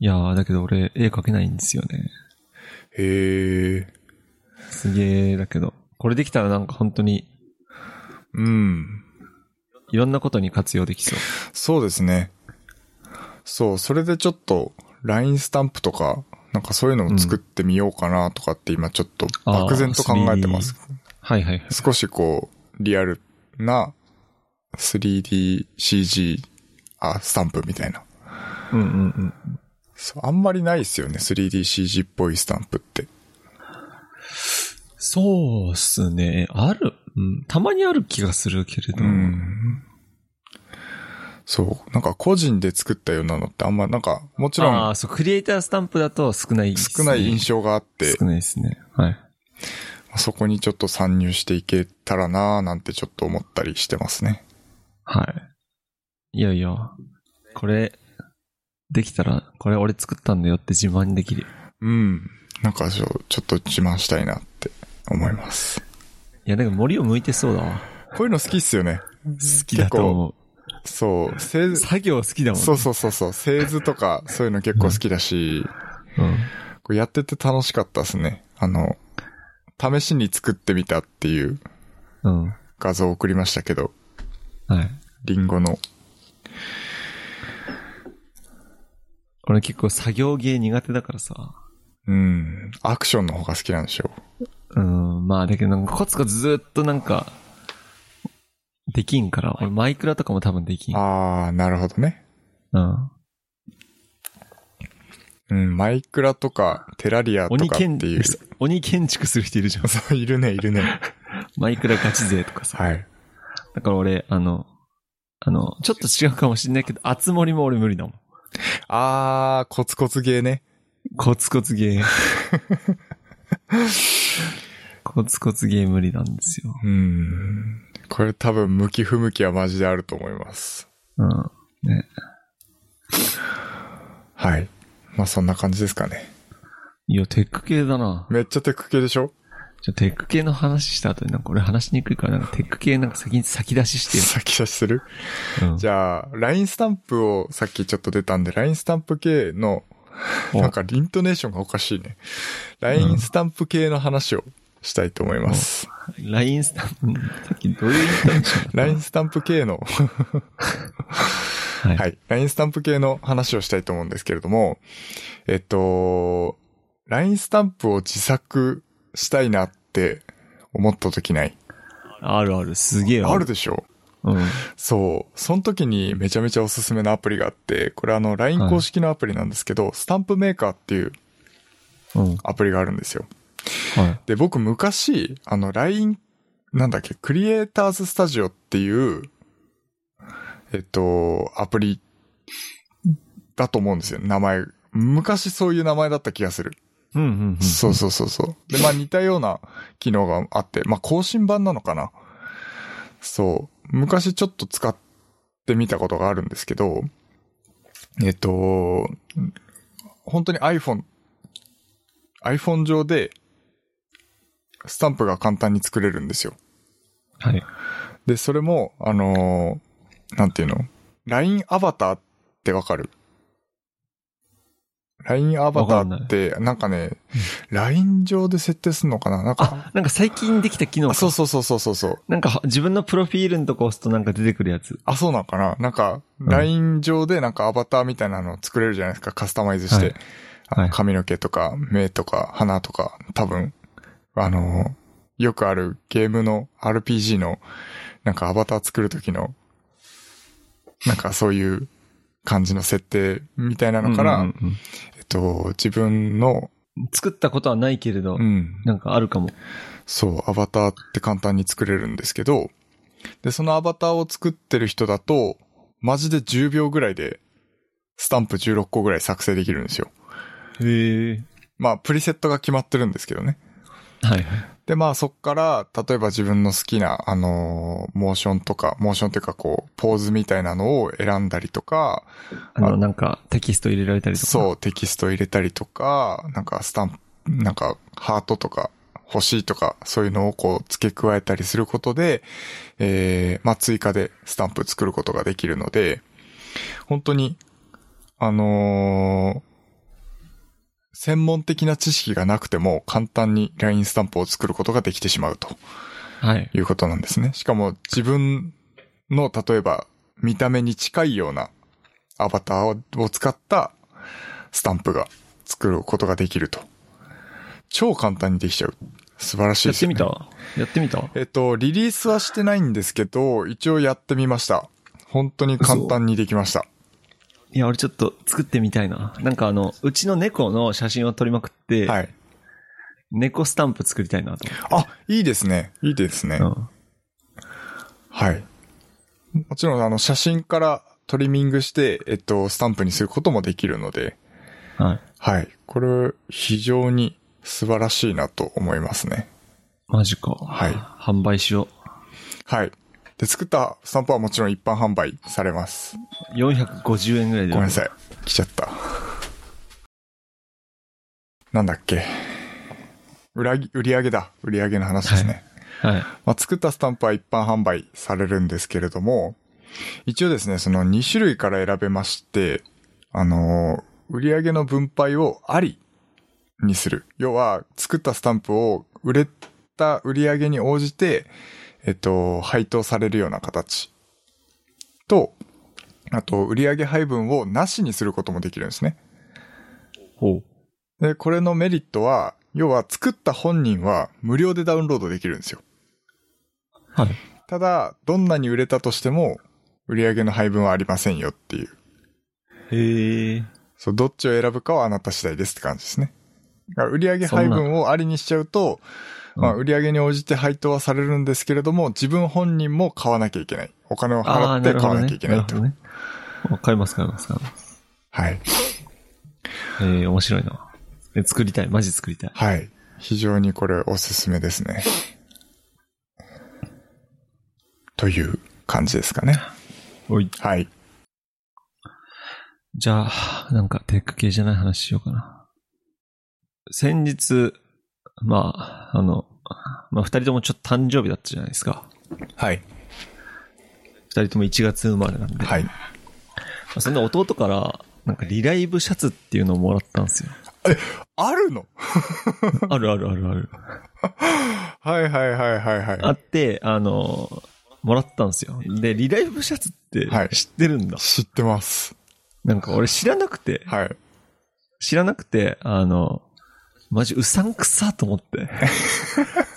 [SPEAKER 1] いやー、だけど俺、絵描けないんですよね。
[SPEAKER 2] た。へえ。
[SPEAKER 1] すげー、だけど。これできたらなんか本当に、
[SPEAKER 2] うん。
[SPEAKER 1] いろんなことに活用できそう。
[SPEAKER 2] そうですね。そう、それでちょっと、ラインスタンプとか、なんかそういうのを作ってみようかなとかって今ちょっと漠然と考えてます。
[SPEAKER 1] はいはいはい。
[SPEAKER 2] 少しこう、リアルな 3DCG、あ、スタンプみたいな。
[SPEAKER 1] うんうんうん。
[SPEAKER 2] そう、あんまりないですよね。3DCG っぽいスタンプって。
[SPEAKER 1] そうっすね。ある、うん。たまにある気がするけれど。
[SPEAKER 2] うん。そう、なんか個人で作ったようなのってあんま、なんか、もちろ
[SPEAKER 1] あ
[SPEAKER 2] ん
[SPEAKER 1] あ、そう、クリエイタースタンプだと少ないですね、
[SPEAKER 2] 少ない印象があって、
[SPEAKER 1] 少ないですね。はい。
[SPEAKER 2] そこにちょっと参入していけたらなーなんてちょっと思ったりしてますね。
[SPEAKER 1] はい。いやいや、これ、できたら、これ俺作ったんだよって自慢できる。
[SPEAKER 2] うん。なんかそうちょっと自慢したいなって思います。
[SPEAKER 1] いや、だから森を向いてそうだわ。
[SPEAKER 2] こういうの好きっすよね。
[SPEAKER 1] 好きだと思う。
[SPEAKER 2] そう。製図、
[SPEAKER 1] 作業好きだもん、ね。
[SPEAKER 2] そうそうそうそう。製図とか、そういうの結構好きだし、
[SPEAKER 1] うん。
[SPEAKER 2] こうやってて楽しかったですね。あの、試しに作ってみたっていう
[SPEAKER 1] うん。
[SPEAKER 2] 画像を送りましたけど、
[SPEAKER 1] はい。
[SPEAKER 2] リンゴの。
[SPEAKER 1] 俺結構作業芸苦手だからさ。
[SPEAKER 2] うん。アクションの方が好きなんでしょ
[SPEAKER 1] うん、まあだけどなんかコツコツずっとなんか、できんから。俺マイクラとかも多分でき。
[SPEAKER 2] うんあー、なるほどね。
[SPEAKER 1] うん。
[SPEAKER 2] うん、マイクラとか、テラリアと
[SPEAKER 1] 鬼
[SPEAKER 2] かって
[SPEAKER 1] 建
[SPEAKER 2] いう。
[SPEAKER 1] 築、鬼建築する人いるじゃん。
[SPEAKER 2] そう、いるね、いるね。
[SPEAKER 1] マイクラガチ勢とかさ。
[SPEAKER 2] はい。
[SPEAKER 1] だから俺、あの、あの、ちょっと違うかもしんないけど、熱盛も俺無理だもん。
[SPEAKER 2] あー、コツコツゲーね。
[SPEAKER 1] コツコツゲー。 コツコツゲー無理なんですよ。
[SPEAKER 2] うん。これ多分、向き不向きはマジであると思います。
[SPEAKER 1] うん。ね。
[SPEAKER 2] はい。まあ、そんな感じですかね。
[SPEAKER 1] いや、テック系だな。
[SPEAKER 2] めっちゃテック系でしょ
[SPEAKER 1] じゃテック系の話した後になんか俺話しにくいから、なんかテック系なんか先に先出しして
[SPEAKER 2] 先出しする
[SPEAKER 1] よ。うん
[SPEAKER 2] じゃあ、LINE スタンプをさっきちょっと出たんで、LINE スタンプ系の、
[SPEAKER 1] お
[SPEAKER 2] なんかイントネーションがおかしいね。LINE スタンプ系の話をしたいと思います。
[SPEAKER 1] LINE スタンプ、さっきどういうインターネーションだった
[SPEAKER 2] LINE スタンプ系の、
[SPEAKER 1] はい
[SPEAKER 2] はい。LINE スタンプ系の話をしたいと思うんですけれども、えっと、LINE スタンプを自作したいなって思った時ない
[SPEAKER 1] あるある、すげえ
[SPEAKER 2] あるでしょ
[SPEAKER 1] うん。
[SPEAKER 2] そう。その時にめちゃめちゃおすすめのアプリがあって、これあの LINE 公式のアプリなんですけど、スタンプメーカーっていう
[SPEAKER 1] うん。
[SPEAKER 2] アプリがあるんですよ。
[SPEAKER 1] はい。
[SPEAKER 2] で、僕昔、あの LINE、なんだっけ、クリエイターズスタジオっていう、えっと、アプリだと思うんですよ。名前。昔そういう名前だった気がする。
[SPEAKER 1] うんうんうん。
[SPEAKER 2] そうそうそうそう。で、まあ似たような機能があって、まあ更新版なのかな。そう。昔ちょっと使ってみたことがあるんですけど、えっと、本当に iPhone、iPhone 上で、スタンプが簡単に作れるんですよ。
[SPEAKER 1] はい。
[SPEAKER 2] で、それも、あのーなんていうの ?LINE アバターってわかる ?LINE アバターって、なんかね、LINE 上で設定するのかななんか、
[SPEAKER 1] あ、なんか最近できた機能
[SPEAKER 2] あ
[SPEAKER 1] か
[SPEAKER 2] そうそうそうそうそうそう。
[SPEAKER 1] なんか自分のプロフィールのとこ押すとなんか出てくるやつ。
[SPEAKER 2] あ、そうなのかななんか、
[SPEAKER 1] ん
[SPEAKER 2] LINE 上でなんかアバターみたいなの作れるじゃないですか、カスタマイズして。
[SPEAKER 1] はい
[SPEAKER 2] あの
[SPEAKER 1] はい
[SPEAKER 2] 髪の毛とか、目とか、鼻とか、多分、あのーよくあるゲームの RPG の、なんかアバター作るときの、なんかそういう感じの設定みたいなのから、
[SPEAKER 1] うんうん
[SPEAKER 2] えっと、自分の、
[SPEAKER 1] うん作ったことはないけれど、
[SPEAKER 2] うん、
[SPEAKER 1] なんかあるかも。
[SPEAKER 2] そう、アバターって簡単に作れるんですけど、で、そのアバターを作ってる人だと、マジで10秒ぐらいで、スタンプ16個ぐらい作成できるんですよ。
[SPEAKER 1] へえ。
[SPEAKER 2] まあ、プリセットが決まってるんですけどね。
[SPEAKER 1] はい。
[SPEAKER 2] で、まあ、そっから、例えば自分の好きな、あのーモーションとか、モーションというか、こう、ポーズみたいなのを選んだりとか、
[SPEAKER 1] あの、
[SPEAKER 2] あ
[SPEAKER 1] なんかテキスト入れられたりとか。
[SPEAKER 2] そう、テキスト入れたりとか、なんかスタンプ、なんかハートとか欲しいとか、そういうのをこう付け加えたりすることで、えー、まあ追加でスタンプ作ることができるので、本当に、あのー専門的な知識がなくても簡単に LINE スタンプを作ることができてしまうと
[SPEAKER 1] はい。
[SPEAKER 2] いうことなんですね。しかも自分の例えば見た目に近いようなアバターを使ったスタンプが作ることができると。超簡単にできちゃう。素晴らしい
[SPEAKER 1] や
[SPEAKER 2] で
[SPEAKER 1] っ
[SPEAKER 2] す
[SPEAKER 1] て
[SPEAKER 2] よね
[SPEAKER 1] みたやってみた
[SPEAKER 2] えっと、リリースはしてないんですけど、一応やってみました。本当に簡単にできました。
[SPEAKER 1] いや、俺ちょっと作ってみたいな。なんかあの、うちの猫の写真を撮りまくって、
[SPEAKER 2] はい。
[SPEAKER 1] 猫スタンプ作りたいなと思って。
[SPEAKER 2] あ、いいですね。いいですね。
[SPEAKER 1] うん
[SPEAKER 2] はい。もちろん、あの、写真からトリミングして、えっと、スタンプにすることもできるので、
[SPEAKER 1] はい。
[SPEAKER 2] はい。これ、非常に素晴らしいなと思いますね。
[SPEAKER 1] マジか。
[SPEAKER 2] はい
[SPEAKER 1] 販売しよ
[SPEAKER 2] はい。で、作ったスタンプはもちろん一般販売されます。
[SPEAKER 1] う。450円ぐらいで。。
[SPEAKER 2] ごめんないさい。来ちゃった。なんだっけ。裏ぎ売り上げだ。売り上げの話ですね。
[SPEAKER 1] はい。
[SPEAKER 2] まあ、作ったスタンプは一般販売されるんですけれども、一応ですね、その2種類から選べまして、あのー売上の分配をありにする。要は、作ったスタンプを売れた売上に応じて、えっと、配当されるような形。と、あと、売上配分をなしにすることもできるんですね。
[SPEAKER 1] ほう。
[SPEAKER 2] で、これのメリットは、要は作った本人は無料でダウンロードできるんですよ。
[SPEAKER 1] はい。
[SPEAKER 2] ただ、どんなに売れたとしても、売り上げの配分はありませんよっていう。
[SPEAKER 1] へえ。
[SPEAKER 2] そう、どっちを選ぶかはあなた次第ですって感じですね。だから売り上げ配
[SPEAKER 1] そん
[SPEAKER 2] 分をありにしちゃうと、
[SPEAKER 1] うん
[SPEAKER 2] まあ、売り上げに応じて配当はされるんですけれども、自分本人も買わなきゃいけない。お金を
[SPEAKER 1] ああー、
[SPEAKER 2] 払って
[SPEAKER 1] なる
[SPEAKER 2] 買
[SPEAKER 1] ほど
[SPEAKER 2] わなきゃ
[SPEAKER 1] ね
[SPEAKER 2] いけない
[SPEAKER 1] る
[SPEAKER 2] と。
[SPEAKER 1] ほどね。あ買います、買います、買います。
[SPEAKER 2] はい。
[SPEAKER 1] えー、面白いな。え作りたい、マジ作りたい。
[SPEAKER 2] はい。非常にこれおすすめですね。という感じですかね。
[SPEAKER 1] おい。
[SPEAKER 2] はい。
[SPEAKER 1] じゃあ、なんかテック系じゃない話しようかな。先日、まあ、あの、まあ二人ともちょっと誕生日だったじゃないですか。
[SPEAKER 2] はい。
[SPEAKER 1] 二人とも1月生まれなんで。
[SPEAKER 2] はい。
[SPEAKER 1] まあそんで弟から、なんかリライブシャツっていうのをもらったんですよ。
[SPEAKER 2] あるの
[SPEAKER 1] あるあるあるある。
[SPEAKER 2] はいはいはいはいはい。
[SPEAKER 1] あって、あの、もらったんですよ。で、リライブシャツって
[SPEAKER 2] はい
[SPEAKER 1] 知ってるんだ。
[SPEAKER 2] 知ってます。
[SPEAKER 1] なんか俺知らなくて、
[SPEAKER 2] はい。
[SPEAKER 1] 知らなくて、あの、マジうさんくさと思 って。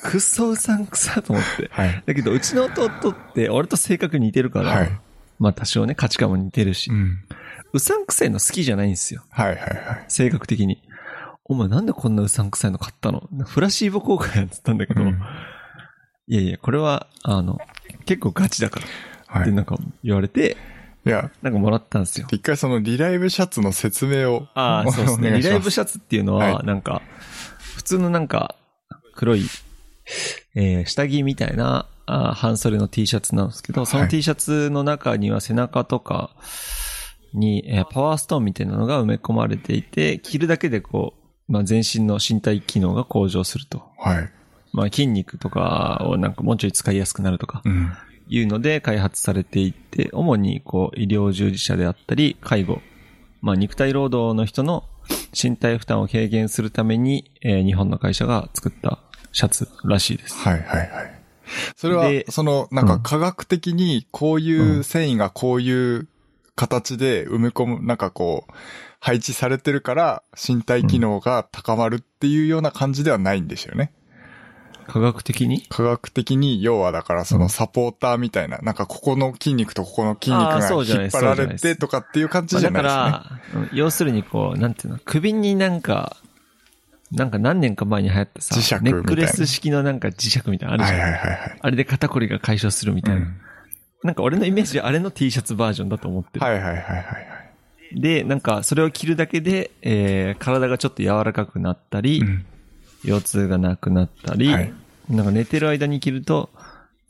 [SPEAKER 1] くっそうさんくさと思って。
[SPEAKER 2] はい。
[SPEAKER 1] だけど、うちの弟って俺と性格似てるから、
[SPEAKER 2] はい。
[SPEAKER 1] まあ多少ね、価値観も似てるし、
[SPEAKER 2] う。
[SPEAKER 1] うんさんくさいの好きじゃないんですよ。
[SPEAKER 2] はいはいはい。
[SPEAKER 1] 性格的に。お前なんでこんなうさんくさいの買ったのフラシーボ効果やってたんだけど、
[SPEAKER 2] うん
[SPEAKER 1] いやいや、これは、あの、結構ガチだから
[SPEAKER 2] は
[SPEAKER 1] って
[SPEAKER 2] い。
[SPEAKER 1] なんか言われて、
[SPEAKER 2] いや、
[SPEAKER 1] なんかもらったんですよ。
[SPEAKER 2] 一回そのリライブシャツの説明を。
[SPEAKER 1] ああ、そうです
[SPEAKER 2] お
[SPEAKER 1] ね。
[SPEAKER 2] 願い
[SPEAKER 1] リ
[SPEAKER 2] します
[SPEAKER 1] ライブシャツっていうのは、
[SPEAKER 2] は
[SPEAKER 1] なんか、普通のなんか、黒い、えー下着みたいな、あー半袖の T シャツなんですけど、そ
[SPEAKER 2] は
[SPEAKER 1] の
[SPEAKER 2] い
[SPEAKER 1] T シャツの中には背中とか、に、えーパワーストーンみたいなのが埋め込まれていて、着るだけでこう、まあ、全身の身体機能が向上すると。
[SPEAKER 2] はい。
[SPEAKER 1] まあ、筋肉とかをなんかもうちょい使いやすくなるとか
[SPEAKER 2] う、ん。
[SPEAKER 1] いうので開発されていて、主にこう、医療従事者であったり、介護、まあ、肉体労働の人の身体負担を軽減するために、えー日本の会社が作ったシャツらしいです。
[SPEAKER 2] はいはいはい。それは
[SPEAKER 1] で、
[SPEAKER 2] その、なん
[SPEAKER 1] う
[SPEAKER 2] か
[SPEAKER 1] ん
[SPEAKER 2] 科学的にこう
[SPEAKER 1] う
[SPEAKER 2] いうん繊維がこういう形で埋め込む、なんかこう、配置されてるから身体機能が高まるっていうような感じではないんですよね。
[SPEAKER 1] 科学的に
[SPEAKER 2] 科学的に、要はだからそのサポーターみたいな、なんかここの筋肉とここの筋肉
[SPEAKER 1] あー
[SPEAKER 2] が
[SPEAKER 1] そうじゃない
[SPEAKER 2] 引っ張ら
[SPEAKER 1] そうじゃな
[SPEAKER 2] れ
[SPEAKER 1] いで
[SPEAKER 2] て
[SPEAKER 1] す
[SPEAKER 2] とかっていう感じ
[SPEAKER 1] まあ
[SPEAKER 2] じゃ
[SPEAKER 1] だ
[SPEAKER 2] な
[SPEAKER 1] か
[SPEAKER 2] いですね。
[SPEAKER 1] ら、うん要するにこう、なんていうの、首になんか、なんか何年か前に流行ったさ、
[SPEAKER 2] 磁石みた
[SPEAKER 1] ネ
[SPEAKER 2] いな
[SPEAKER 1] ックレス式のなんか磁石みたいなのある
[SPEAKER 2] は
[SPEAKER 1] じゃ
[SPEAKER 2] い
[SPEAKER 1] ん。
[SPEAKER 2] はいはいはい。
[SPEAKER 1] あれで肩こりが解消するみ
[SPEAKER 2] う
[SPEAKER 1] たいな。
[SPEAKER 2] ん、
[SPEAKER 1] なんか俺のイメージはあれの T シャツバージョンだと思ってる。
[SPEAKER 2] はいはいはいはいはい。
[SPEAKER 1] で、なんかそれを着るだけで、えー、体がちょっと柔らかくなったり、
[SPEAKER 2] うん
[SPEAKER 1] 腰痛がなくなったり、
[SPEAKER 2] はい
[SPEAKER 1] なんか寝てる間に着ると、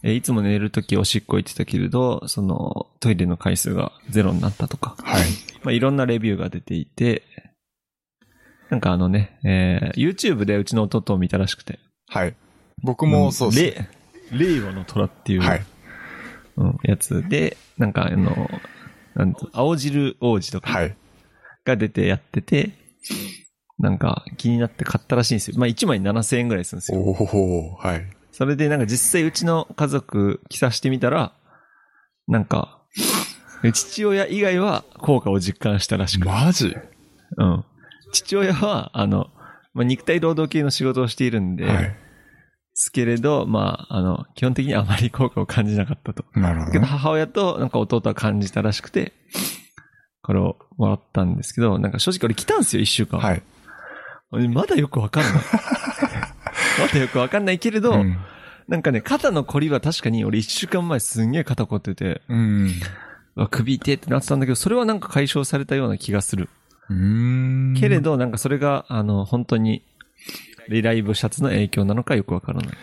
[SPEAKER 1] えーいつも寝るときおしっこ行ってたけれど、そのトイレの回数がゼロになったとか、
[SPEAKER 2] はい。
[SPEAKER 1] まあ、いろんなレビューが出ていて、なんかあのね、えー YouTube でうちの弟を見たらしくて。
[SPEAKER 2] はい。僕もそうですね。
[SPEAKER 1] ね。れ令和の虎っていう、
[SPEAKER 2] はい。
[SPEAKER 1] うんやつで、なんかあの、なんと青汁王子とか
[SPEAKER 2] はい。
[SPEAKER 1] が出てやってて、なんか気になって買ったらしいんですよ。まあ1枚7000円ぐらいするんですよ。
[SPEAKER 2] おおはい。
[SPEAKER 1] それでなんか実際うちの家族着さしてみたら、なんか、父親以外は効果を実感したらしくて
[SPEAKER 2] マジ
[SPEAKER 1] うん。父親は、あの、まあ、肉体労働系の仕事をしているんで、
[SPEAKER 2] はい。
[SPEAKER 1] すけれど、まあ、あの、基本的にあまり効果を感じなかったと。
[SPEAKER 2] なるほ
[SPEAKER 1] だ
[SPEAKER 2] ど
[SPEAKER 1] けど
[SPEAKER 2] ね。
[SPEAKER 1] 母親となんか弟は感じたらしくて、これをもらったんですけど、なんか正直俺来たんですよ、一週間。
[SPEAKER 2] はい。
[SPEAKER 1] まだよくわかん ない。まだよくわかんないけれど、
[SPEAKER 2] うん
[SPEAKER 1] なんかね、肩の凝りは確かに俺一週間前すんげえ肩凝ってて、
[SPEAKER 2] うん。
[SPEAKER 1] うわ首痛えってなってたんだけど、それはなんか解消されたような気がする。
[SPEAKER 2] うーん。
[SPEAKER 1] けれど、なんかそれが、あの、本当に、リライブシャツの影響なのかよくわからない。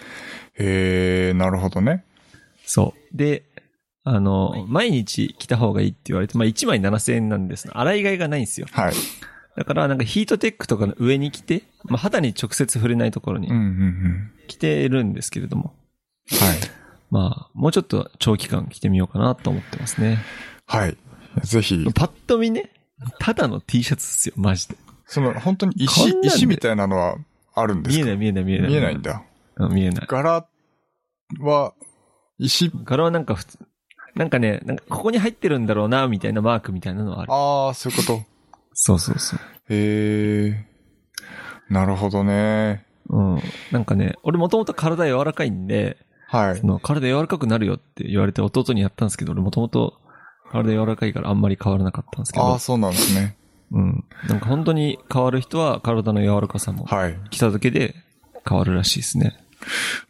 [SPEAKER 2] へえ、なるほどね。
[SPEAKER 1] そう。で、あの、毎日着た方がいいって言われて、まあ、1枚7000円なんです。洗い替えがないんですよ。
[SPEAKER 2] はい。
[SPEAKER 1] だから、なんかヒートテックとかの上に着て、まあ、肌に直接触れないところ
[SPEAKER 2] うんう
[SPEAKER 1] に
[SPEAKER 2] んうん。
[SPEAKER 1] 着てるんですけれども、
[SPEAKER 2] はい。
[SPEAKER 1] まあ、もうちょっと長期間着てみようかなと思ってますね。
[SPEAKER 2] はい。ぜひ、
[SPEAKER 1] パッと見ね、ただの T シャツっすよ、マジで。
[SPEAKER 2] その、本当に石
[SPEAKER 1] こんなん、で
[SPEAKER 2] 石みたいなのはあるんです
[SPEAKER 1] 見え
[SPEAKER 2] か
[SPEAKER 1] ない見えない見えない。
[SPEAKER 2] 見えないんだ。
[SPEAKER 1] うん。見えない。
[SPEAKER 2] 柄は、石、
[SPEAKER 1] 柄はなんか普通、なんかね、なんかここに入ってるんだろうな、みたいなマークみたいなのはある。
[SPEAKER 2] ああ、そういうこと。
[SPEAKER 1] そうそうそう。
[SPEAKER 2] へえ。なるほどね。
[SPEAKER 1] うん。なんかね、俺もともと体柔らかいんで、
[SPEAKER 2] はい
[SPEAKER 1] そ。の体柔らかくなるよって言われて弟にやったんですけど、俺もともと体柔らかいからあんまり変わらなかったんですけ
[SPEAKER 2] ああ、
[SPEAKER 1] ど、
[SPEAKER 2] そうなんですね。
[SPEAKER 1] うん。なんか本当に変わる人は体の柔らかさも
[SPEAKER 2] はい。
[SPEAKER 1] 着ただけで変わるらしいですね。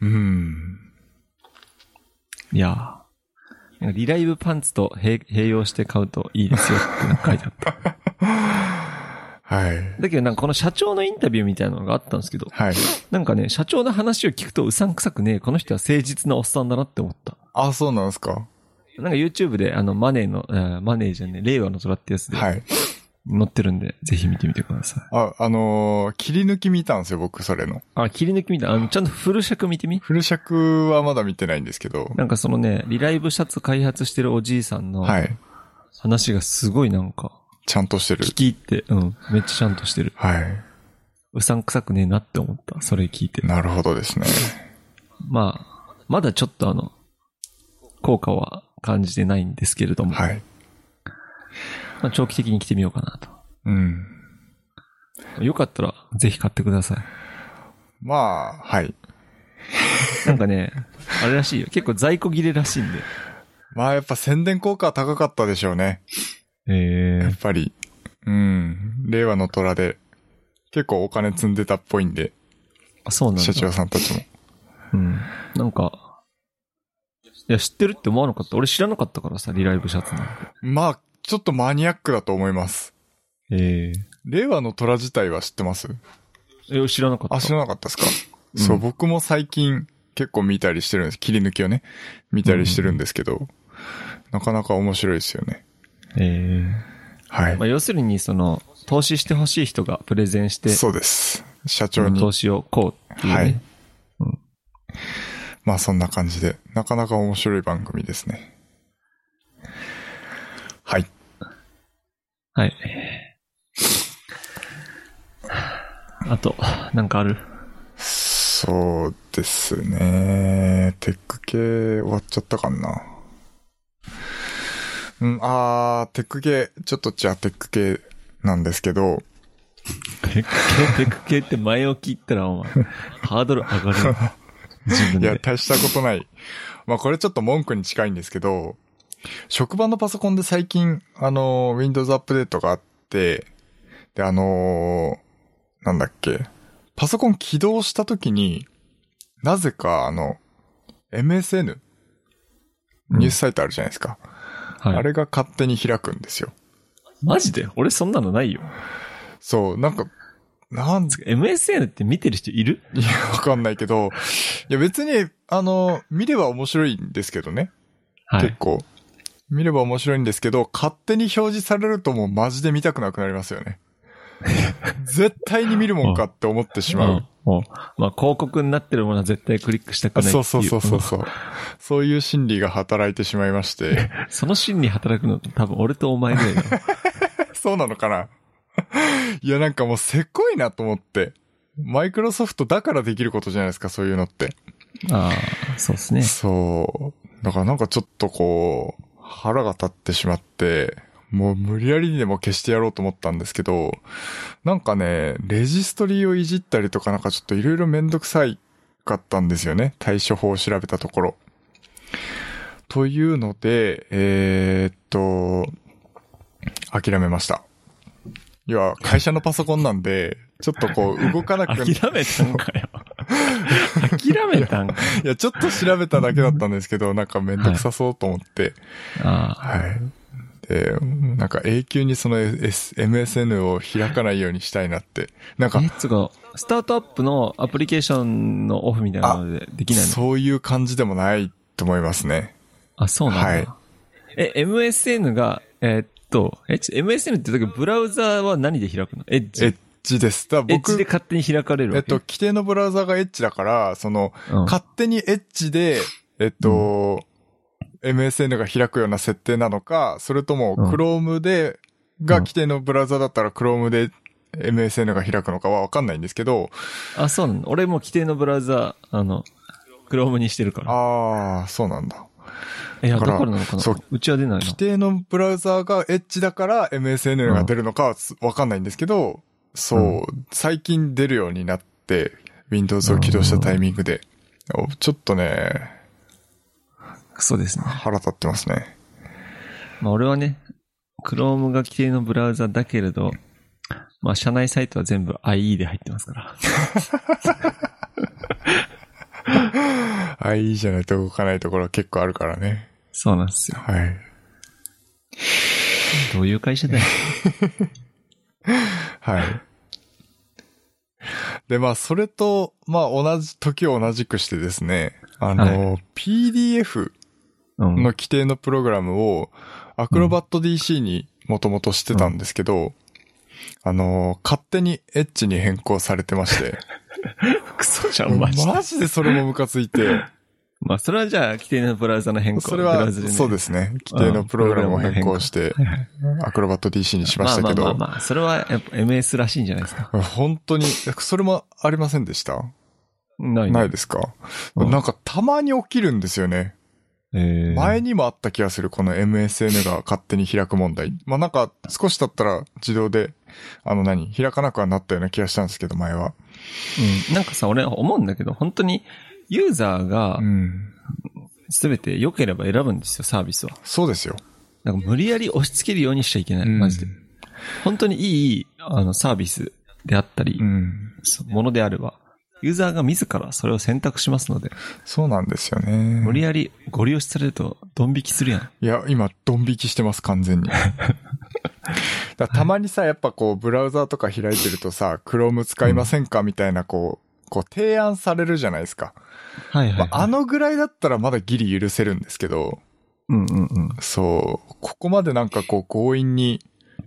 [SPEAKER 2] うん。
[SPEAKER 1] いやー。なんかリライブパンツと併併用して買うといいですよってなんか書いてあった。
[SPEAKER 2] はい。
[SPEAKER 1] だけどなんかこの社長のインタビューみたいなのがあったんですけど、
[SPEAKER 2] はい。
[SPEAKER 1] なんかね、社長の話を聞くとうさんくさくねえ、この人は誠実なおっさんだなって思った。
[SPEAKER 2] ああ、そうなんですか。
[SPEAKER 1] なんか YouTube で、あの、マネーの、えーマネーじゃねえ、令和の虎ってやつで
[SPEAKER 2] はい。
[SPEAKER 1] 載ってるんで、ぜひ見てみてください。
[SPEAKER 2] あ、あのー切り抜き見たんですよ、僕、それの。
[SPEAKER 1] あ、切り抜き見た。あの、ちゃんとフル尺見てみ。
[SPEAKER 2] フル尺はまだ見てないんですけど。
[SPEAKER 1] なんかそのね、リライブシャツ開発してるおじいさんの
[SPEAKER 2] はい。
[SPEAKER 1] 話がすごいなんか、
[SPEAKER 2] ちゃんとしてる
[SPEAKER 1] 聞。き入って、うん、めっちゃちゃんとしてる。
[SPEAKER 2] はい。
[SPEAKER 1] うさんくさくねえなって思った。それ聞いて。
[SPEAKER 2] なるほどですね。
[SPEAKER 1] まあ、まだちょっとあの、効果は感じてないんですけれども、
[SPEAKER 2] はい。
[SPEAKER 1] まあ、長期的に着てみようかなと。
[SPEAKER 2] うん。
[SPEAKER 1] よかったら、ぜひ買ってください。
[SPEAKER 2] まあ、はい。
[SPEAKER 1] なんかね、 あれらしいよ。結構在庫切れらしいんで。
[SPEAKER 2] まあ、やっぱ宣伝効果は高かったでしょうね。
[SPEAKER 1] え
[SPEAKER 2] やっぱり。うん。令和の虎で、結構お金積んでたっぽいんで、
[SPEAKER 1] あ、そうなんだ。
[SPEAKER 2] 社長さんたちも。
[SPEAKER 1] うん。なんか、いや、知ってるって思わなかった。俺知らなかったからさ、リライブシャツなんて。
[SPEAKER 2] まあ、ちょっとマニアックだと思います。
[SPEAKER 1] え
[SPEAKER 2] 令和の虎自体は知ってます
[SPEAKER 1] え。知らなかった。
[SPEAKER 2] あ、知らなかったですか、そう、
[SPEAKER 1] うん
[SPEAKER 2] 僕も最近結構見たりしてるんです。切り抜きをね、見たりしてるんですけど、なかなか面白いですよね。
[SPEAKER 1] ええ
[SPEAKER 2] はい
[SPEAKER 1] まあ、。要するに、その、投資してほしい人がプレゼンして、
[SPEAKER 2] そうです。社
[SPEAKER 1] そ
[SPEAKER 2] 長
[SPEAKER 1] の
[SPEAKER 2] に
[SPEAKER 1] 投資をこうっていうね。
[SPEAKER 2] はいまあそんな感じで、なかなか面白い番組ですね。はい。
[SPEAKER 1] はい。あと、なんかある
[SPEAKER 2] そうですね。テック系終わっちゃったかな。うん、あー、テック系、ちょっとじゃあテック系なんですけど、
[SPEAKER 1] テック系、テック系って前置き言ったら、お前、ハードル上がる。自分
[SPEAKER 2] いや、
[SPEAKER 1] で。
[SPEAKER 2] 大したことない。まあこれちょっと文句に近いんですけど、職場のパソコンで最近、あのー、Windows アップデートがあって、で、あのー、なんだっけ、パソコン起動した時に、なぜか、あの、MSN、ニュースサイトあるじゃないですか。
[SPEAKER 1] はい、
[SPEAKER 2] あれが勝手に開くんですよ。
[SPEAKER 1] マジで俺そんなのないよ。
[SPEAKER 2] そう、なんか、なんつ
[SPEAKER 1] MSN って見てる人いる
[SPEAKER 2] いや、わかんないけど、いや別に、あの、見れば面白いんですけどね。
[SPEAKER 1] は
[SPEAKER 2] 結。構。見れば面白いんですけど、勝手に表示されるともうマジで見たくなくなりますよ ね。絶対に見るもんかって思ってしまう。
[SPEAKER 1] うんうんまあ、広告になってるものは絶対クリックしたく
[SPEAKER 2] あ
[SPEAKER 1] ないってい。
[SPEAKER 2] そううそうそうそうんそう。そういう心理が働いてしまいま して。
[SPEAKER 1] その心理働くの多分俺とお前ぐらいだよ
[SPEAKER 2] そうなのかないやなんかもうせこいなと思って。マイクロソフトだからできることじゃないですか、そういうのって。
[SPEAKER 1] ああ、そうですね。
[SPEAKER 2] そう。だからなんかちょっとこう、腹が立ってしまって、もう無理やりにでも消してやろうと思ったんですけど、なんかね、レジストリーをいじったりとかなんかちょっといろいろめんどくさいかったんですよね。対処法を調べたところ。というので、えーっと、諦めました。いや、会社のパソコンなんで、ちょっとこう動かなくな
[SPEAKER 1] 諦めたんか よ。諦めたんかよ。
[SPEAKER 2] いや、ちょっと調べただけだったんですけど、なんかめんどくさそうと思って、
[SPEAKER 1] あ
[SPEAKER 2] はい。で、なんか永久にその S MSN を開かないようにしたいなって。なん
[SPEAKER 1] あ。
[SPEAKER 2] か
[SPEAKER 1] え、、つうか、スタートアップのアプリケーションのオフみたいなのでできないの
[SPEAKER 2] そういう感じでもないと思いますね。
[SPEAKER 1] あ、そうなんだ。
[SPEAKER 2] はい
[SPEAKER 1] え、MSN が、えーっと、え、ち MSN ってだけどブラウザーは何で開くのエッジ。
[SPEAKER 2] エッジです。だか
[SPEAKER 1] エ
[SPEAKER 2] ら
[SPEAKER 1] ッジで
[SPEAKER 2] 僕、
[SPEAKER 1] 勝手に開かれる
[SPEAKER 2] えっ
[SPEAKER 1] わけ
[SPEAKER 2] と、規定のブラウザがエッジだから、その、
[SPEAKER 1] うん
[SPEAKER 2] 勝手にエッジで、えっと、MSN が開くような設定なのか、それとも
[SPEAKER 1] うん
[SPEAKER 2] Chrome で、が規定のブラウザだったら Chrome で MSN が開くのかはわかんないんですけど、
[SPEAKER 1] あ、そうなんだ。俺も規定のブラウザー、あの、Chrome にしてるから。
[SPEAKER 2] ああ、そうなんだ。
[SPEAKER 1] いや、だ
[SPEAKER 2] だ
[SPEAKER 1] か
[SPEAKER 2] から
[SPEAKER 1] らなのかな
[SPEAKER 2] そう
[SPEAKER 1] うちは出ない
[SPEAKER 2] 規
[SPEAKER 1] の。
[SPEAKER 2] 定のブラウザーがエッジだから MSN が出るのかはつわかんないんですけど、そう、
[SPEAKER 1] うん
[SPEAKER 2] 最近出るようになって、Windows を起動したタイミングで、おちょっとね、
[SPEAKER 1] クソですね。
[SPEAKER 2] 腹立ってますね。
[SPEAKER 1] まあ俺はね、Chrome が規定のブラウザだけれど、まあ社内サイトは全部 IE で入ってますから。
[SPEAKER 2] あ、いいじゃないと動かないところ結構あるからね。
[SPEAKER 1] そうなんですよ。
[SPEAKER 2] はい。
[SPEAKER 1] どういう会社だよ。
[SPEAKER 2] はい。で、まあ、それと、まあ、同じ、時を同じくしてですね、あの、PDF
[SPEAKER 1] うん。
[SPEAKER 2] の規定のプログラムを、アクロバット DC にもともとしてたんですけど、あの、勝手にエッジに変更されてまして。
[SPEAKER 1] クソじゃ ん、マジで。
[SPEAKER 2] マジでそれもムカついて。
[SPEAKER 1] まあそれはじゃあ規定のブラウザの変更。
[SPEAKER 2] それ
[SPEAKER 1] ブラ
[SPEAKER 2] は、
[SPEAKER 1] ウザでね
[SPEAKER 2] そうですね。規定のプログラムを変更して
[SPEAKER 1] はいはい、
[SPEAKER 2] アクロバット DC にしま
[SPEAKER 1] ま
[SPEAKER 2] し
[SPEAKER 1] あ
[SPEAKER 2] た
[SPEAKER 1] ま
[SPEAKER 2] け
[SPEAKER 1] あ
[SPEAKER 2] ど。
[SPEAKER 1] まあまあ、それはやっぱ MS らしいんじゃないですか。
[SPEAKER 2] 本当に、それもありませんでした
[SPEAKER 1] ない
[SPEAKER 2] ない
[SPEAKER 1] で
[SPEAKER 2] ですか、
[SPEAKER 1] うん
[SPEAKER 2] なんかたまに起きるんですよね。
[SPEAKER 1] えー、
[SPEAKER 2] 前にもあった気がする、この MSN が勝手に開く 問題。まあなんか少し経ったら自動で、あの何、開かなくはなったような気がしたんですけど、前は。
[SPEAKER 1] うん。なんかさ、俺思うんだけど、本当にユーザーが
[SPEAKER 2] うん。
[SPEAKER 1] 全て良ければ選ぶんですよ、サービスは。
[SPEAKER 2] そうですよ。
[SPEAKER 1] なんか無理やり押し付けるようにしちゃいけない、
[SPEAKER 2] うん
[SPEAKER 1] マジで。本当にいい、あの、サービスであったり
[SPEAKER 2] う、ん。
[SPEAKER 1] そうものであれば、ユーザーが自らそれを選択しますので、
[SPEAKER 2] そうなんですよね。
[SPEAKER 1] 無理やりご利用しされると、ドン引きするやん。
[SPEAKER 2] いや、今、ドン引きしてます、完全に。だからたまにさ、やっぱこう、ブラウザーとか開いてるとさ、Chrome 使いませんかみたいな、こう、こう、提案されるじゃないですか。
[SPEAKER 1] はいはい、
[SPEAKER 2] ま
[SPEAKER 1] はい
[SPEAKER 2] あ、あのぐらいだったらまだギリ許せるんですけど、
[SPEAKER 1] うんうんうん。
[SPEAKER 2] そう、ここまでなんかこう強引に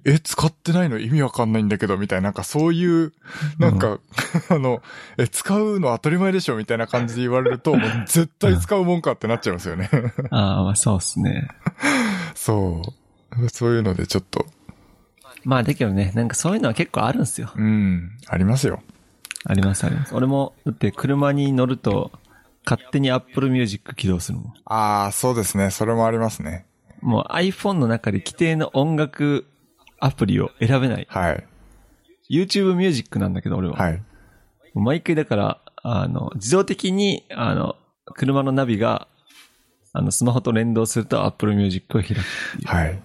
[SPEAKER 2] え、使ってないの意味わかんないんだけど、みたいな、なんかそういう、なんか、 あの、え、使うの当たり前でしょ、みたいな感じで言われる と、もう絶対使うもんかってなっちゃいますよね。
[SPEAKER 1] ああ、まあそうですね。
[SPEAKER 2] そう。そういうのでちょっと、
[SPEAKER 1] まあだけどね、なんかそういうのは結構あるんですよ。
[SPEAKER 2] うん、ありますよ。
[SPEAKER 1] ありますあります。俺も、だって車に乗ると、勝手に Apple Music 起動するもん。
[SPEAKER 2] ああ、そうですね。それもありますね。
[SPEAKER 1] もう iPhone の中で規定の音楽アプリを選べない。
[SPEAKER 2] はい。
[SPEAKER 1] YouTube Music なんだけど、俺は。
[SPEAKER 2] はい。
[SPEAKER 1] 毎回だから、あの、自動的に、あの、車のナビが、あの、スマホと連動すると Apple Music を開くっていう。
[SPEAKER 2] はい。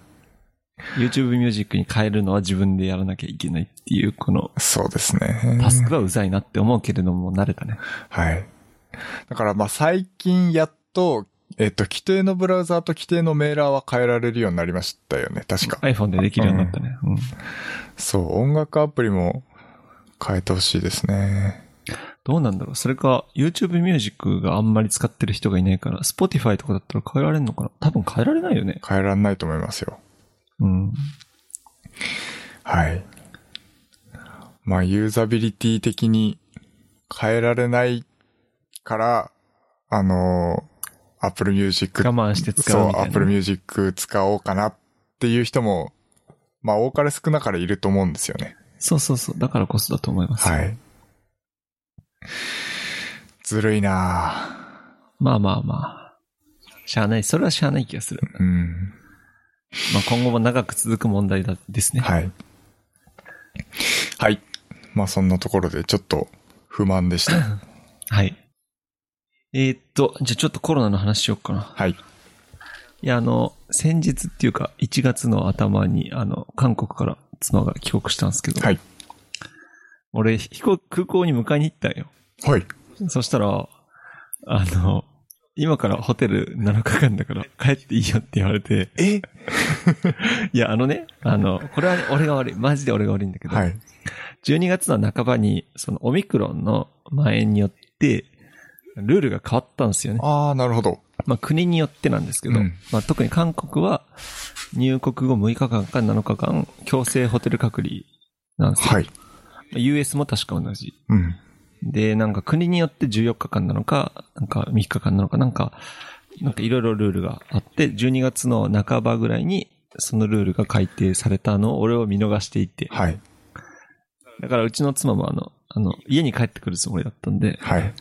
[SPEAKER 1] YouTube Music に変えるのは自分でやらなきゃいけないっていう、この
[SPEAKER 2] そうですね。
[SPEAKER 1] タスクはうざいなって思うけれども、慣れたね。
[SPEAKER 2] はい。だからまあ最近やっと、えっと、規定のブラウザーと規定のメーラーは変えられるようになりましたよね。確か。
[SPEAKER 1] iPhone でできるようになったね。うん。
[SPEAKER 2] そう、音楽アプリも変えてほしいですね。
[SPEAKER 1] どうなんだろうそれか、YouTube Music があんまり使ってる人がいないから、Spotify とかだったら変えられるのかな多分変えられないよね。
[SPEAKER 2] 変えらんないと思いますよ。
[SPEAKER 1] うん。
[SPEAKER 2] はい。まあ、ユーザビリティ的に変えられないから、あのー、Apple Music
[SPEAKER 1] 我慢して使うみ
[SPEAKER 2] そう、
[SPEAKER 1] たいな。
[SPEAKER 2] Apple Music 使おうかなっていう人も、まあ、多かれ少なかれいると思うんですよね。
[SPEAKER 1] そうそうそう。だからこそだと思います。
[SPEAKER 2] はい。ずるいなぁ
[SPEAKER 1] まあまあまあ。しゃあない。それはしゃあない気がする。
[SPEAKER 2] うん。
[SPEAKER 1] まあ今後も長く続く問題だですね。
[SPEAKER 2] はい。はい。まあ、そんなところでちょっと不満 でした。
[SPEAKER 1] はい。えーっと、じゃあちょっとコロナの話しようかな。
[SPEAKER 2] はい。
[SPEAKER 1] いや、あの、先日っていうか、1月の頭に、あの、韓国から妻が帰国したんですけど、
[SPEAKER 2] はい。
[SPEAKER 1] 俺、飛行、空港に迎えに行ったんよ。
[SPEAKER 2] はい。
[SPEAKER 1] そしたら、あの、今からホテル7日間だから帰っていいよって言われて、
[SPEAKER 2] え
[SPEAKER 1] いや、あのね、あの、これはね、俺が悪い、マジで俺が悪いんだけど、
[SPEAKER 2] はい。
[SPEAKER 1] 12月の半ばに、そのオミクロンの蔓延によって、ルールが変わったんですよね。
[SPEAKER 2] ああ、なるほど。
[SPEAKER 1] まあ国によってなんですけど、
[SPEAKER 2] うん
[SPEAKER 1] まあ特に韓国は入国後6日間か7日間強制ホテル隔離なんですよ。
[SPEAKER 2] はい。
[SPEAKER 1] まあ US も確か同じ。
[SPEAKER 2] うん。
[SPEAKER 1] で、なんか国によって14日間なのか、なんか3日間なのか、なんか、なんかいろいろルールがあって、12月の半ばぐらいにそのルールが改定されたのを俺を見逃していて、
[SPEAKER 2] はい。
[SPEAKER 1] だからうちの妻もあの、あの、家に帰ってくるつもりだったんで、
[SPEAKER 2] はい。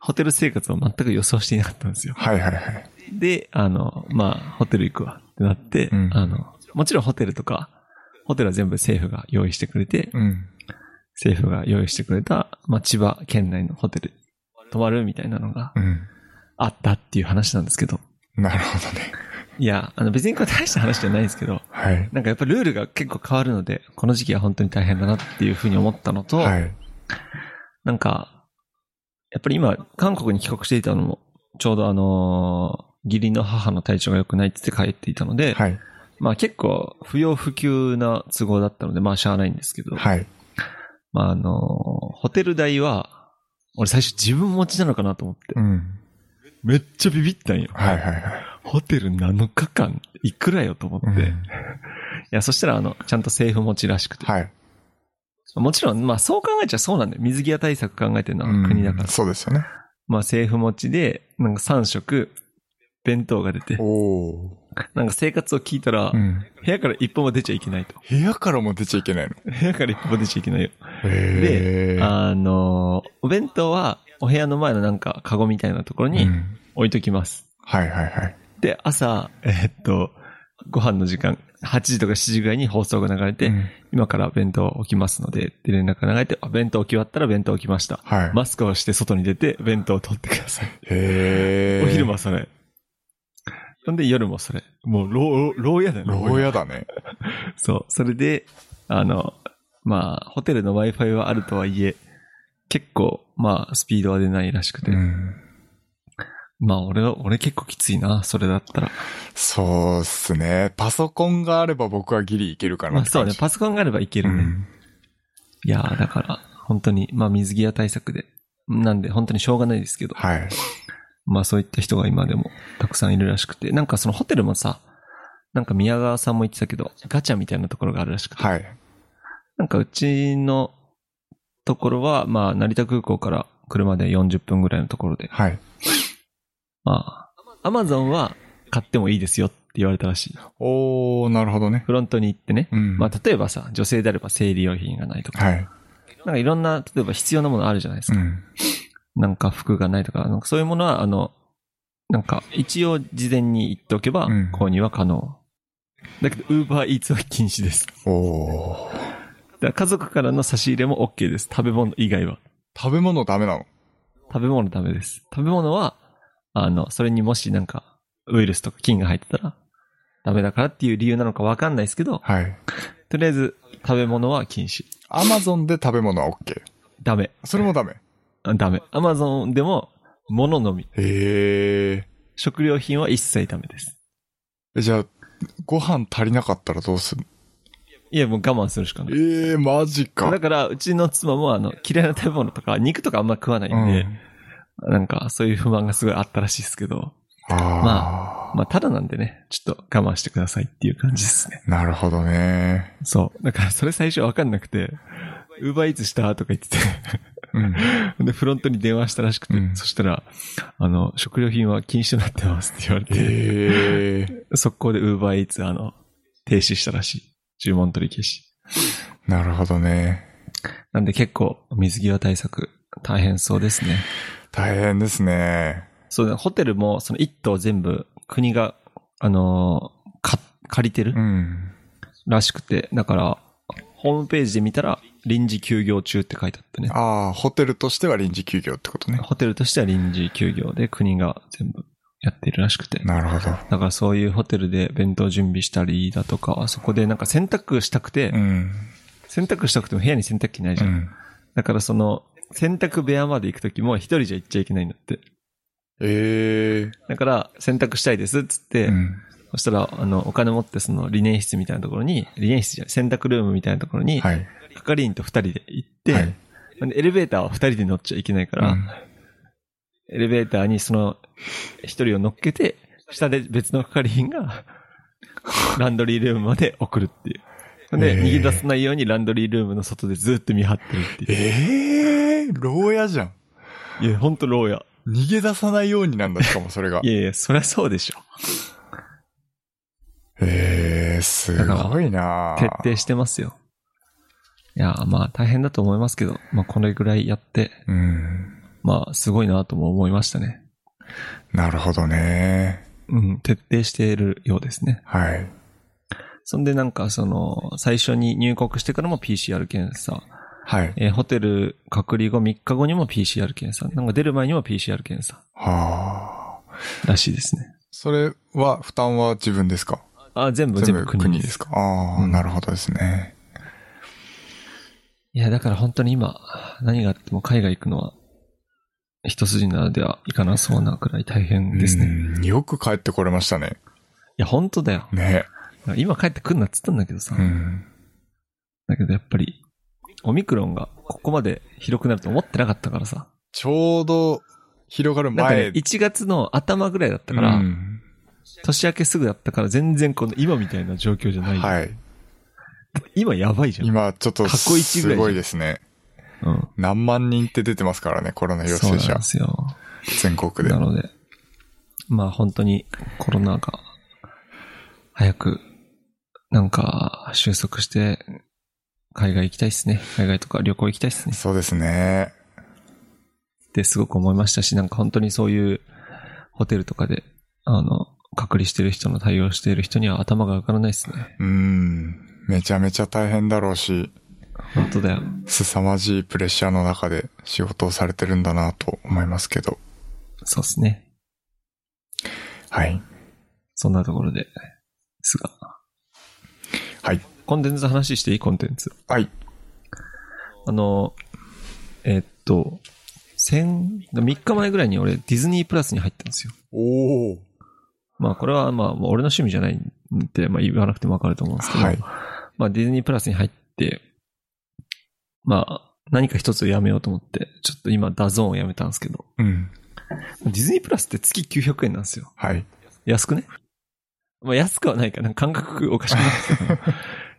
[SPEAKER 1] ホテル生活を全く予想していなかったんですよ。
[SPEAKER 2] はいはいはい。
[SPEAKER 1] で、あの、まあ、ホテル行くわってなって、
[SPEAKER 2] うん
[SPEAKER 1] あの、もちろんホテルとか、ホテルは全部政府が用意してくれて、
[SPEAKER 2] うん。
[SPEAKER 1] 政府が用意してくれた、まあ、千葉県内のホテル、泊まるみたいなのが
[SPEAKER 2] うん。
[SPEAKER 1] あったっていう話なんですけど、
[SPEAKER 2] なるほどね。
[SPEAKER 1] いや、あの、別にこれ大した話じゃないんですけど、
[SPEAKER 2] はい。
[SPEAKER 1] なんかやっぱルールが結構変わるので、この時期は本当に大変だなっていうふうに思ったのと、
[SPEAKER 2] はい。
[SPEAKER 1] なんか、やっぱり今、韓国に帰国していたのも、ちょうどあのー義理の母の体調が良くないって言って帰っていたので、
[SPEAKER 2] はい。
[SPEAKER 1] まあ結構不要不急な都合だったので、まあしゃあないんですけど、
[SPEAKER 2] はい。
[SPEAKER 1] まああの、ホテル代は、俺最初自分持ちなのかなと思って
[SPEAKER 2] う、ん。
[SPEAKER 1] めっちゃビビったんよ。
[SPEAKER 2] はいはいはい。
[SPEAKER 1] ホテル7日間いくらよと思って、
[SPEAKER 2] う
[SPEAKER 1] い
[SPEAKER 2] ん
[SPEAKER 1] や、そしたらあの、ちゃんと政府持ちらしくて、
[SPEAKER 2] はい。
[SPEAKER 1] もちろん、まあそう考えちゃそうなんだよ。水際対策考えてるの
[SPEAKER 2] うん
[SPEAKER 1] は国だから。
[SPEAKER 2] そうですよね。
[SPEAKER 1] まあ政府持ちで、なんか3食、弁当が出て
[SPEAKER 2] お、お
[SPEAKER 1] なんか生活を聞いたら、
[SPEAKER 2] ー。うん。
[SPEAKER 1] 部屋から一歩も出ちゃいけないと。
[SPEAKER 2] 部屋からも出ちゃいけないの。
[SPEAKER 1] 部屋から一歩も出ちゃいけないよ。
[SPEAKER 2] へー
[SPEAKER 1] あの、お弁当はお部屋の前のなんかカゴみたいなところ
[SPEAKER 2] う
[SPEAKER 1] に
[SPEAKER 2] ん
[SPEAKER 1] 置いときます。
[SPEAKER 2] はいはいはい。
[SPEAKER 1] で、朝、えーっと、ご飯の時間、8時とか7時ぐらいに放送が流れて、
[SPEAKER 2] うん
[SPEAKER 1] 今から弁当を置きますので、って連絡が流れて、あ弁当置き終わったら弁当置きました。
[SPEAKER 2] はい。
[SPEAKER 1] マスクをして外に出て、弁当を取ってください。
[SPEAKER 2] へえ。
[SPEAKER 1] お昼。もそれ。ほんで夜もそれ。もう、牢、牢屋だよね
[SPEAKER 2] 牢屋だね。
[SPEAKER 1] そう。それで、あの、まあ、ホテルの Wi-Fi はあるとはいえ、結構、まあ、スピードは出ないらしくて。
[SPEAKER 2] うん。
[SPEAKER 1] まあ、俺は、俺結構きついな、それだったら。
[SPEAKER 2] そうっすね。パソコンがあれば僕はギリいけるか
[SPEAKER 1] ま
[SPEAKER 2] な
[SPEAKER 1] あ、
[SPEAKER 2] って
[SPEAKER 1] そう
[SPEAKER 2] 感
[SPEAKER 1] ね
[SPEAKER 2] じ。、
[SPEAKER 1] パソコンがあればいけるね。
[SPEAKER 2] うん
[SPEAKER 1] いやーだから、本当に、まあ、水際対策で。なんで、本当にしょうがないですけど。
[SPEAKER 2] はい。
[SPEAKER 1] まあ、そういった人が今でもたくさんいるらしくて。なんか、そのホテルもさ、なんか宮川さんも言ってたけど、ガチャみたいなところがあるらしくて。
[SPEAKER 2] はい。
[SPEAKER 1] なんかうちのところは、まあ、成田空港から車で40分ぐらいのところで、
[SPEAKER 2] はい。
[SPEAKER 1] まあ、アマゾンは買ってもいいですよって言われたらしい。
[SPEAKER 2] おー、なるほどね。
[SPEAKER 1] フロントに行ってね。
[SPEAKER 2] うん。
[SPEAKER 1] まあ、例えばさ、女性であれば生理用品がないとか、
[SPEAKER 2] はい。
[SPEAKER 1] なんかいろんな、例えば必要なものあるじゃないです
[SPEAKER 2] う
[SPEAKER 1] か。
[SPEAKER 2] ん。
[SPEAKER 1] なんか服がないとか、なんかそういうものは、あの、なんか一応事前に言っておけば
[SPEAKER 2] うん、
[SPEAKER 1] 購入は可能。だけど、ウーバーイーツは禁止です。
[SPEAKER 2] お
[SPEAKER 1] だ
[SPEAKER 2] ー。
[SPEAKER 1] から家族からの差し入れも OK です。食べ物以外は。
[SPEAKER 2] 食べ物ダメなの
[SPEAKER 1] 食べ物ダメです。食べ物は、あの、それにもしなんか、ウイルスとか菌が入ってたら、ダメだからっていう理由なのかわかんないですけど、
[SPEAKER 2] はい。
[SPEAKER 1] とりあえず、食べ物は禁止。
[SPEAKER 2] アマゾンで食べ物は OK。
[SPEAKER 1] ダメ。
[SPEAKER 2] それもダメ。
[SPEAKER 1] あダメ。アマゾンでも、物のみ。
[SPEAKER 2] へー。
[SPEAKER 1] 食料品は一切ダメです。
[SPEAKER 2] え、じゃあ、ご飯足りなかったらどうする
[SPEAKER 1] いや、もう我慢するしかない。
[SPEAKER 2] えー、マジか
[SPEAKER 1] だ。から、うちの妻も、あの、嫌いな食べ物とか、肉とかあんま食わないんで、
[SPEAKER 2] うん
[SPEAKER 1] なんか、そういう不満がすごいあったらしいですけど、
[SPEAKER 2] あー、
[SPEAKER 1] ままあ、ただなんでね、ちょっと我慢してくださいっていう感じですね。
[SPEAKER 2] なるほどね。
[SPEAKER 1] そう。だから、それ最初わかんなくて、ウーバーイーツしたとか言ってて、
[SPEAKER 2] うん。
[SPEAKER 1] で、フロントに電話したらしくて、
[SPEAKER 2] うん
[SPEAKER 1] そしたら、あの、食料品は禁止になってますって言われて、
[SPEAKER 2] えー、
[SPEAKER 1] 速攻でウーバーイーツ、あの、停止したらしい。注文取り消し。
[SPEAKER 2] なるほどね。
[SPEAKER 1] なんで結構、水際対策、大変そうですね。
[SPEAKER 2] 大変ですね。
[SPEAKER 1] そうだ、ホテルもその一棟全部国が、あのーか、借りて
[SPEAKER 2] う
[SPEAKER 1] る
[SPEAKER 2] ん。
[SPEAKER 1] らしくて、だから、ホームページで見たら、臨時休業中って書いてあってね。
[SPEAKER 2] ああ、ホテルとしては臨時休業ってことね。
[SPEAKER 1] ホテルとしては臨時休業で国が全部やってるらしくて。
[SPEAKER 2] なるほど。
[SPEAKER 1] だからそういうホテルで弁当準備したりだとか、そこでなんか洗濯したくて、
[SPEAKER 2] うん。
[SPEAKER 1] 洗濯したくても部屋に洗濯機ないじ
[SPEAKER 2] う
[SPEAKER 1] ゃん。
[SPEAKER 2] ん。
[SPEAKER 1] だからその、洗濯部屋まで行くときも一人じゃ行っちゃいけないんだって。
[SPEAKER 2] え
[SPEAKER 1] だから、洗濯したいですっつって、
[SPEAKER 2] えー。うん。
[SPEAKER 1] そしたら、あの、お金持ってその、理念室みたいなところに、理念室じゃない、洗濯ルームみたいなところに、
[SPEAKER 2] はい。
[SPEAKER 1] 係員と二人で行って、
[SPEAKER 2] はい
[SPEAKER 1] でエレベーターは二人で乗っちゃいけないから、
[SPEAKER 2] うん
[SPEAKER 1] エレベーターにその、一人を乗っけて、下で別の係員 が、ランドリールームまで送るっていう。で、
[SPEAKER 2] えー
[SPEAKER 1] 逃げ出さないようにランドリールームの外でずっと見張ってるっていう。
[SPEAKER 2] ええー、牢屋じゃん。
[SPEAKER 1] いや、ほんと牢屋。
[SPEAKER 2] 逃げ出さないようになんだ、しかもそれが
[SPEAKER 1] い。やいや、そりゃそうでしょ。
[SPEAKER 2] ええー、すごいな
[SPEAKER 1] 徹底してますよ。いや、まあ大変だと思いますけど、まあこれぐらいやって、
[SPEAKER 2] うん。
[SPEAKER 1] まあ、すごいなとも思いましたね。
[SPEAKER 2] なるほどね。
[SPEAKER 1] うん、徹底しているようですね。
[SPEAKER 2] はい。
[SPEAKER 1] そんでなんか、その、最初に入国してからも PCR 検査、
[SPEAKER 2] はい。
[SPEAKER 1] えーホテル隔離後3日後にも PCR 検査、なんか出る前にも PCR 検査
[SPEAKER 2] はあ。
[SPEAKER 1] らしいですね。
[SPEAKER 2] それは、負担は自分ですか
[SPEAKER 1] あ、全部、全部国です。
[SPEAKER 2] すかああ、なるほどですね。
[SPEAKER 1] いや、だから本当に今、何があっても海外行くのは、一筋縄ではいかなそうなくらい大変ですね。い
[SPEAKER 2] うんよく帰ってこれましたね。
[SPEAKER 1] や、本当だよ。
[SPEAKER 2] ね。
[SPEAKER 1] 今帰ってくんなっつったんだけどさ。
[SPEAKER 2] うん。
[SPEAKER 1] だけどやっぱり、オミクロンがここまで広くなると思ってなかったからさ。
[SPEAKER 2] ちょうど広がる
[SPEAKER 1] なんかね
[SPEAKER 2] 前、
[SPEAKER 1] 1月の頭ぐらいだったから、
[SPEAKER 2] うん
[SPEAKER 1] 年明けすぐだったから全然この今みたいな状況じゃない。
[SPEAKER 2] はい。
[SPEAKER 1] 今やばいじゃん。
[SPEAKER 2] 今、ちょっと、
[SPEAKER 1] 過去一ぐら
[SPEAKER 2] す
[SPEAKER 1] いじゃん
[SPEAKER 2] ごいですね。
[SPEAKER 1] うん。
[SPEAKER 2] 何万人って出てますからね、コロナ陽
[SPEAKER 1] そうな
[SPEAKER 2] 性
[SPEAKER 1] ん
[SPEAKER 2] 者
[SPEAKER 1] で。すよ。
[SPEAKER 2] 全国で
[SPEAKER 1] な。ので、まあ本当にコロナが早くなんか収束して海外行きたいっすね。海外とか旅行行きたいっすね。
[SPEAKER 2] そうですね。
[SPEAKER 1] ってすごく思いましたし、なんか本当にそういうホテルとかで、あの、隔離してる人の対応している人には頭が上がらないですね。
[SPEAKER 2] うん。めちゃめちゃ大変だろうし、
[SPEAKER 1] 本当だよ。
[SPEAKER 2] 凄まじいプレッシャーの中で仕事をされてるんだなと思いますけど。
[SPEAKER 1] そうですね。
[SPEAKER 2] はい。
[SPEAKER 1] そんなところで、ですが。
[SPEAKER 2] はい。
[SPEAKER 1] コンテンツ話していいコンテンツ。
[SPEAKER 2] はい。
[SPEAKER 1] あの、えっと、先、3日前ぐらいに俺ディズニープラスに入ったんですよ。
[SPEAKER 2] おー。
[SPEAKER 1] まあこれはまあもう俺の趣味じゃないんで、まあ言わなくてもわかると思うんですけど、
[SPEAKER 2] はい。
[SPEAKER 1] まあディズニープラスに入って、まあ何か一つをやめようと思って、ちょっと今ダゾーンをやめたんですけど、
[SPEAKER 2] うん。
[SPEAKER 1] ディズニープラスって月900円なんですよ。
[SPEAKER 2] はい。
[SPEAKER 1] 安くねまあ安くはないかな。感覚おかしく ないですけど。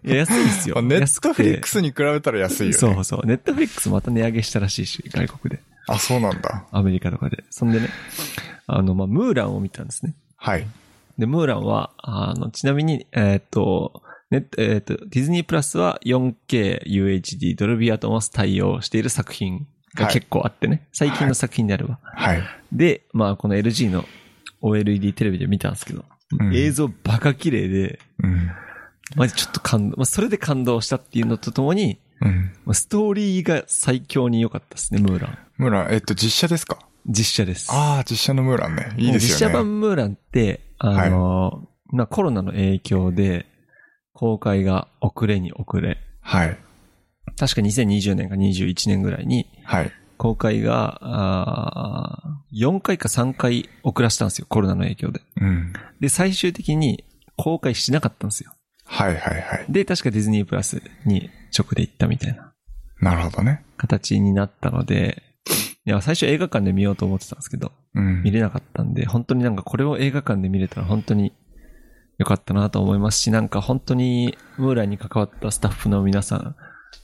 [SPEAKER 1] いや、安いです
[SPEAKER 2] ま
[SPEAKER 1] よ。
[SPEAKER 2] あネ
[SPEAKER 1] 安
[SPEAKER 2] ッ
[SPEAKER 1] く
[SPEAKER 2] ト
[SPEAKER 1] て
[SPEAKER 2] フリックスに比べたら安いよね。
[SPEAKER 1] そうそう。ネットフリックスまた値上げしたらしいし、外国で。
[SPEAKER 2] あ、そうなんだ。
[SPEAKER 1] アメリカとかで。そんでね、あの、まあ、ムーランを見たんですね。
[SPEAKER 2] はい。
[SPEAKER 1] で、ムーランは、あの、ちなみに、えーっと、ネットえーっと、ディズニープラスは 4K UHD ドルビーアトモス対応している作品が結構あってね。最近の作品であれば。
[SPEAKER 2] はい。
[SPEAKER 1] で、まあ、この LG の OLED テレビで見たんですけど、
[SPEAKER 2] うん
[SPEAKER 1] 映像バカ綺麗で、
[SPEAKER 2] うん。
[SPEAKER 1] まジちょっと感動、まあ、それで感動したっていうのとともに、
[SPEAKER 2] うん。
[SPEAKER 1] まあストーリーが最強に良かったですね、ムーラン。
[SPEAKER 2] ムーラン、えっと、実写ですか
[SPEAKER 1] 実写です。
[SPEAKER 2] ああ、実写のムーランね。いいですよ
[SPEAKER 1] 実写
[SPEAKER 2] ね。
[SPEAKER 1] 版ムーランって、あの、まあコロナの影響で、公開が遅れに遅れ、
[SPEAKER 2] はい。
[SPEAKER 1] 確か2020年か21年ぐらいに、
[SPEAKER 2] はい。
[SPEAKER 1] 公開が、あー4回か3回遅らせたんですよ、コロナの影響で。
[SPEAKER 2] うん。
[SPEAKER 1] で、最終的に公開しなかったんですよ。
[SPEAKER 2] はいはいはい。
[SPEAKER 1] で、確かディズニープラスに直で行ったみたいな
[SPEAKER 2] なるほどね。
[SPEAKER 1] 形になったので、いや、最初映画館で見ようと思ってたんですけど、
[SPEAKER 2] うん
[SPEAKER 1] 見。れなかったんで、本当になんかこれを映画館で見れたら本当に良かったなと思いますし、なんか本当にムーランに関わったスタッフの皆さん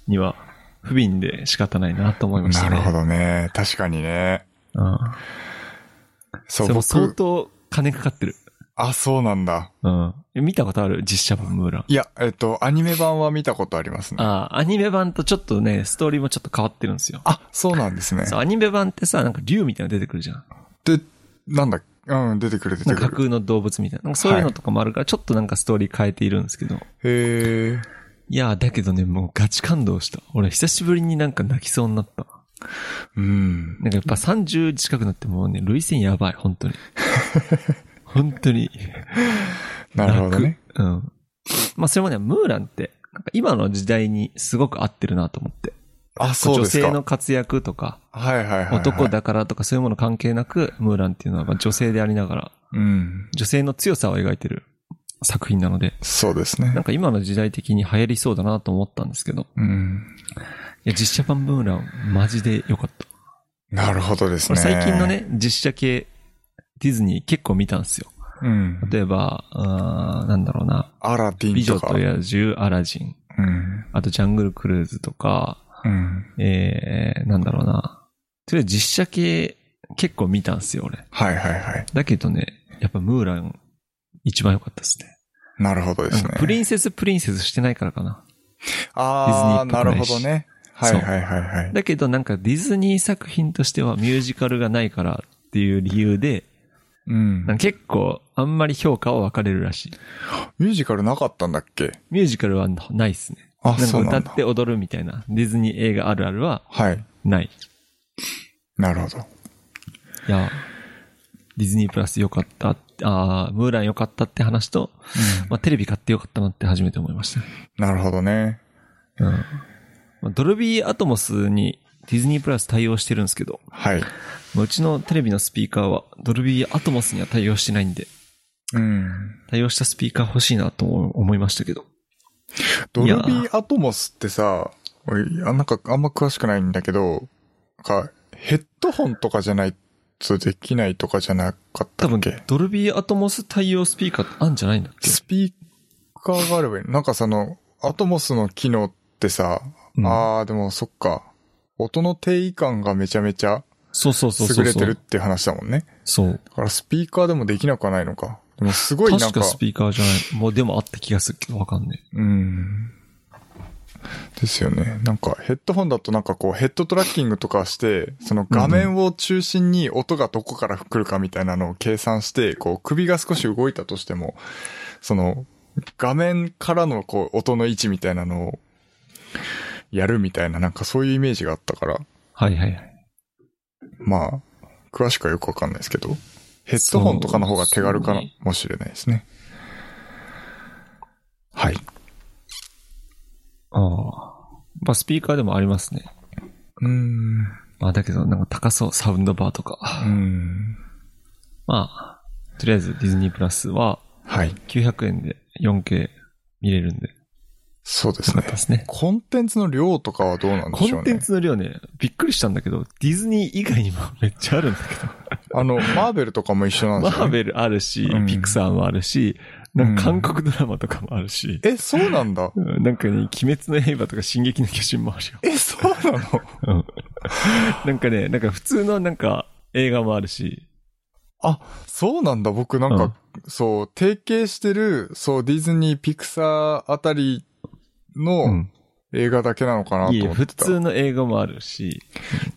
[SPEAKER 1] には不憫で仕方ないなと思いました
[SPEAKER 2] な
[SPEAKER 1] ね。
[SPEAKER 2] るほ
[SPEAKER 1] ど。
[SPEAKER 2] どね。確かにね。
[SPEAKER 1] うん、
[SPEAKER 2] そ、
[SPEAKER 1] そうれも相
[SPEAKER 2] 僕、
[SPEAKER 1] 当金かかってる。
[SPEAKER 2] あ、そうなんだ。
[SPEAKER 1] うん。見たことある実写版ムーラン。
[SPEAKER 2] いや、えっと、アニメ版は見たことありますね。あ、
[SPEAKER 1] ああ、アニメ版とちょっとね、ストーリーもちょっと変わってるんですよ。
[SPEAKER 2] そうなんですね。
[SPEAKER 1] そう、アニメ版ってさ、なんか竜みたいなの出てくるじゃん。
[SPEAKER 2] で、なんだ、うん、出てくる出
[SPEAKER 1] なん
[SPEAKER 2] て
[SPEAKER 1] か架
[SPEAKER 2] く
[SPEAKER 1] 空
[SPEAKER 2] る。
[SPEAKER 1] の動物みたいな。なんかそういうのとかもあるから、ちょっとなんかストーリー変えているんですけど。
[SPEAKER 2] へえ。
[SPEAKER 1] いやー、だけどね、もうガチ感動した。俺、久しぶりになんか泣きそうになった。
[SPEAKER 2] うん。
[SPEAKER 1] なんかやっぱ30近くなってもうね、涙腺やばい、本 当に。本当に。
[SPEAKER 2] なるほどね。
[SPEAKER 1] 泣く。うん。まあ、それもね、ムーランって、なんか今の時代にすごく合ってるなと思って。
[SPEAKER 2] あ、そうです
[SPEAKER 1] 女性の
[SPEAKER 2] か。
[SPEAKER 1] 活躍とか、
[SPEAKER 2] はいはいはいはい。
[SPEAKER 1] 男。だからとかそういうもの関係なく、ムーランっていうのはまあ女性でありながら、
[SPEAKER 2] うん。
[SPEAKER 1] 女性の強さを描いてる作品なので、
[SPEAKER 2] そうですね
[SPEAKER 1] なん。か今の時代的に流行りそうだなと思ったんですけど、
[SPEAKER 2] うん。
[SPEAKER 1] いや、実写版ムーラン、マジで良かった。
[SPEAKER 2] なるほどです
[SPEAKER 1] こ
[SPEAKER 2] ね。
[SPEAKER 1] れ最近の。ね、実写系、ディズニー結構見たんですよ。
[SPEAKER 2] うん。
[SPEAKER 1] 例えば、あーなんだろうな、
[SPEAKER 2] アラディ
[SPEAKER 1] 美
[SPEAKER 2] ンと
[SPEAKER 1] 女
[SPEAKER 2] か。
[SPEAKER 1] と野獣、アラジン、
[SPEAKER 2] うん。
[SPEAKER 1] あとジャングルクルーズとか、
[SPEAKER 2] うん。
[SPEAKER 1] えー、なんだろうな、とりあえず実写系結構見たんですよ、俺。
[SPEAKER 2] はいはいはい。
[SPEAKER 1] だけどね、やっぱムーラン、一番良かったですね。
[SPEAKER 2] なるほどですね
[SPEAKER 1] なん。かプリンセスプリンセスしてないからかな。
[SPEAKER 2] ああ、
[SPEAKER 1] ディズニー
[SPEAKER 2] な
[SPEAKER 1] っぽ
[SPEAKER 2] る
[SPEAKER 1] くな
[SPEAKER 2] ほ
[SPEAKER 1] いし
[SPEAKER 2] どね。はいはいはいはい。
[SPEAKER 1] だけどなんかディズニー作品としてはミュージカルがないからっていう理由で、
[SPEAKER 2] うん。
[SPEAKER 1] なんか結構あんまり評価は分かれるらしい。
[SPEAKER 2] ミュージカルなかったんだっけ
[SPEAKER 1] ミュージカルはないっすね。
[SPEAKER 2] あ、
[SPEAKER 1] なん
[SPEAKER 2] そ
[SPEAKER 1] か
[SPEAKER 2] う
[SPEAKER 1] 歌
[SPEAKER 2] なん
[SPEAKER 1] っ
[SPEAKER 2] だ
[SPEAKER 1] て。踊るみたいな、ディズニー映画あるあるは
[SPEAKER 2] はい。
[SPEAKER 1] ない。
[SPEAKER 2] なるほど。
[SPEAKER 1] いや、ディズニープラス良かった、あームーラン良かったって話と、まあテレビ買って良かったなって初めて思いましたね。
[SPEAKER 2] なるほどね。
[SPEAKER 1] うん。まあドルビーアトモスにディズニープラス対応してるんですけど、
[SPEAKER 2] はい。
[SPEAKER 1] まあうちのテレビのスピーカーはドルビーアトモスには対応してないんで、
[SPEAKER 2] うん。
[SPEAKER 1] 対応したスピーカー欲しいなとも思いましたけど。
[SPEAKER 2] ド
[SPEAKER 1] い
[SPEAKER 2] ルビ
[SPEAKER 1] や
[SPEAKER 2] ーアトモスってさ、俺あなんかあんま詳しくないんだけど、なんかヘッドホンとかじゃないとできないとかじゃなかった
[SPEAKER 1] 多
[SPEAKER 2] っ
[SPEAKER 1] 分
[SPEAKER 2] け、
[SPEAKER 1] ドルビーアトモス対応スピーカーってあんじゃないんだっけ
[SPEAKER 2] スピーカーがあればいいのなんかその、アトモスの機能ってさ、
[SPEAKER 1] うん
[SPEAKER 2] あーでもそっか。音の定位感がめちゃめちゃ
[SPEAKER 1] そうそうそうそ
[SPEAKER 2] 優
[SPEAKER 1] う
[SPEAKER 2] れ
[SPEAKER 1] そ
[SPEAKER 2] て
[SPEAKER 1] う。
[SPEAKER 2] るっていう話だもんね。
[SPEAKER 1] そう。
[SPEAKER 2] だからスピーカーでもできなくはないのか。でもすごいなん
[SPEAKER 1] 確
[SPEAKER 2] か、
[SPEAKER 1] かスピーカーじゃない。もうでもあった気がするけど、わかんね
[SPEAKER 2] うん。ですよね。なんかヘッドホンだとなんかこうヘッドトラッキングとかして、その画面を中心に音がどこから来るかみたいなのを計算して、こう首が少し動いたとしても、その画面からのこう音の位置みたいなのをやるみたいななんかそういうイメージがあったから、
[SPEAKER 1] え。はいはいはい。
[SPEAKER 2] まあ、詳しくはよくわかんないですけど、ヘッドホンとかの方が手軽かな
[SPEAKER 1] そう
[SPEAKER 2] もしれないですね。はい。
[SPEAKER 1] ああ。まあスピーカーでもありますね。
[SPEAKER 2] うん。
[SPEAKER 1] まあだけどなんか高そう、サウンドバーとか。
[SPEAKER 2] うん。
[SPEAKER 1] まあ、とりあえずディズニープラスは
[SPEAKER 2] はい。
[SPEAKER 1] 900円で 4K 見れるんで、
[SPEAKER 2] そうです
[SPEAKER 1] よか
[SPEAKER 2] ね
[SPEAKER 1] った。ですね。
[SPEAKER 2] コンテンツの量とかはどうなんで
[SPEAKER 1] コ
[SPEAKER 2] しょうね。
[SPEAKER 1] ンテンツの量ね、びっくりしたんだけど、ディズニー以外にもめっちゃあるんだけど。
[SPEAKER 2] あの、マーベルとかも一緒なん
[SPEAKER 1] マ
[SPEAKER 2] ですよ、ね。
[SPEAKER 1] ーベルあるし
[SPEAKER 2] う、ん
[SPEAKER 1] ピクサーもあるし、なんか韓国ドラマとかもあるし、
[SPEAKER 2] え、そうなんだ。
[SPEAKER 1] うんなんかね、鬼滅の刃とか進撃の巨人もあ るよ。
[SPEAKER 2] え、そうなの
[SPEAKER 1] うんなんかね、なんか普通のなんか映画もあるし、
[SPEAKER 2] あ、そうなんだ。僕なんか、そう、提携してる、そう、ディズニー、ピクサーあたり
[SPEAKER 1] う
[SPEAKER 2] の
[SPEAKER 1] ん
[SPEAKER 2] 映画だけなのかなと
[SPEAKER 1] いえ
[SPEAKER 2] 思って
[SPEAKER 1] 普
[SPEAKER 2] た。
[SPEAKER 1] 通の映画もあるし、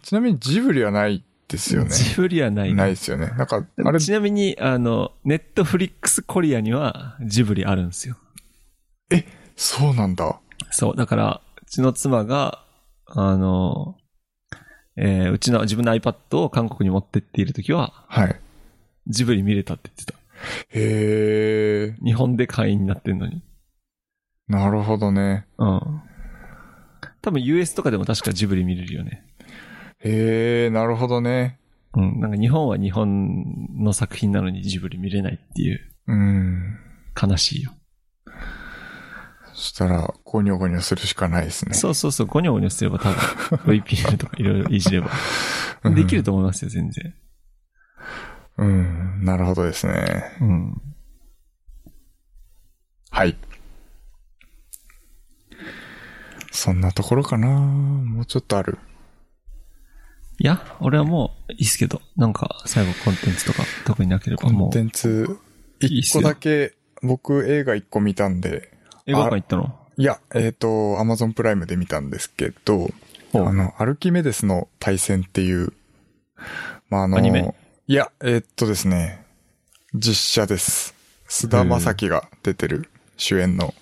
[SPEAKER 2] ちなみにジブリはないですよね。
[SPEAKER 1] ジブリはない。
[SPEAKER 2] ないですよね。なんか、あれ、
[SPEAKER 1] ちなみに、あの、ネットフリックスコリアにはジブリあるんですよ。
[SPEAKER 2] そうなんだ。
[SPEAKER 1] そう、だから、うちの妻が、あの、えーうちの自分の iPad を韓国に持ってっているときは、
[SPEAKER 2] はい。
[SPEAKER 1] ジブリ見れたって言ってた。
[SPEAKER 2] へえ、
[SPEAKER 1] 日本で会員になってんのに。
[SPEAKER 2] なるほどね。
[SPEAKER 1] うん。多分 US とかでも確かジブリ見れるよね。
[SPEAKER 2] へえ、なるほどね。
[SPEAKER 1] うん。なんか日本は日本の作品なのにジブリ見れないっていう、
[SPEAKER 2] うん。
[SPEAKER 1] 悲しいよ。
[SPEAKER 2] そしたら、ゴニョゴニョするしかないですね。
[SPEAKER 1] そうそうそう、ゴニョゴニョすれば 多分、VPN とかいろいろいじれば。
[SPEAKER 2] うん
[SPEAKER 1] できると思いますよ、全然。
[SPEAKER 2] うん、なるほどですね。
[SPEAKER 1] うん。
[SPEAKER 2] はい。そんなところかなもうちょっとある。
[SPEAKER 1] いや、俺はもういいっすけど、なんか最後コンテンツとか特になければ
[SPEAKER 2] コン
[SPEAKER 1] も
[SPEAKER 2] テ
[SPEAKER 1] う。
[SPEAKER 2] ンツ、
[SPEAKER 1] いいっ
[SPEAKER 2] 一
[SPEAKER 1] す
[SPEAKER 2] 個
[SPEAKER 1] よ
[SPEAKER 2] だけ、僕映画一個見たんで、
[SPEAKER 1] 映画館行ったの
[SPEAKER 2] いや、えっ、と、アマゾンプライムで見たんですけど、あ
[SPEAKER 1] ほう
[SPEAKER 2] の、アルキメデスの対戦っていう、まあ、あの、
[SPEAKER 1] アニメ
[SPEAKER 2] いや、えっ、とですね、実写です。菅田将暉が出てる主演の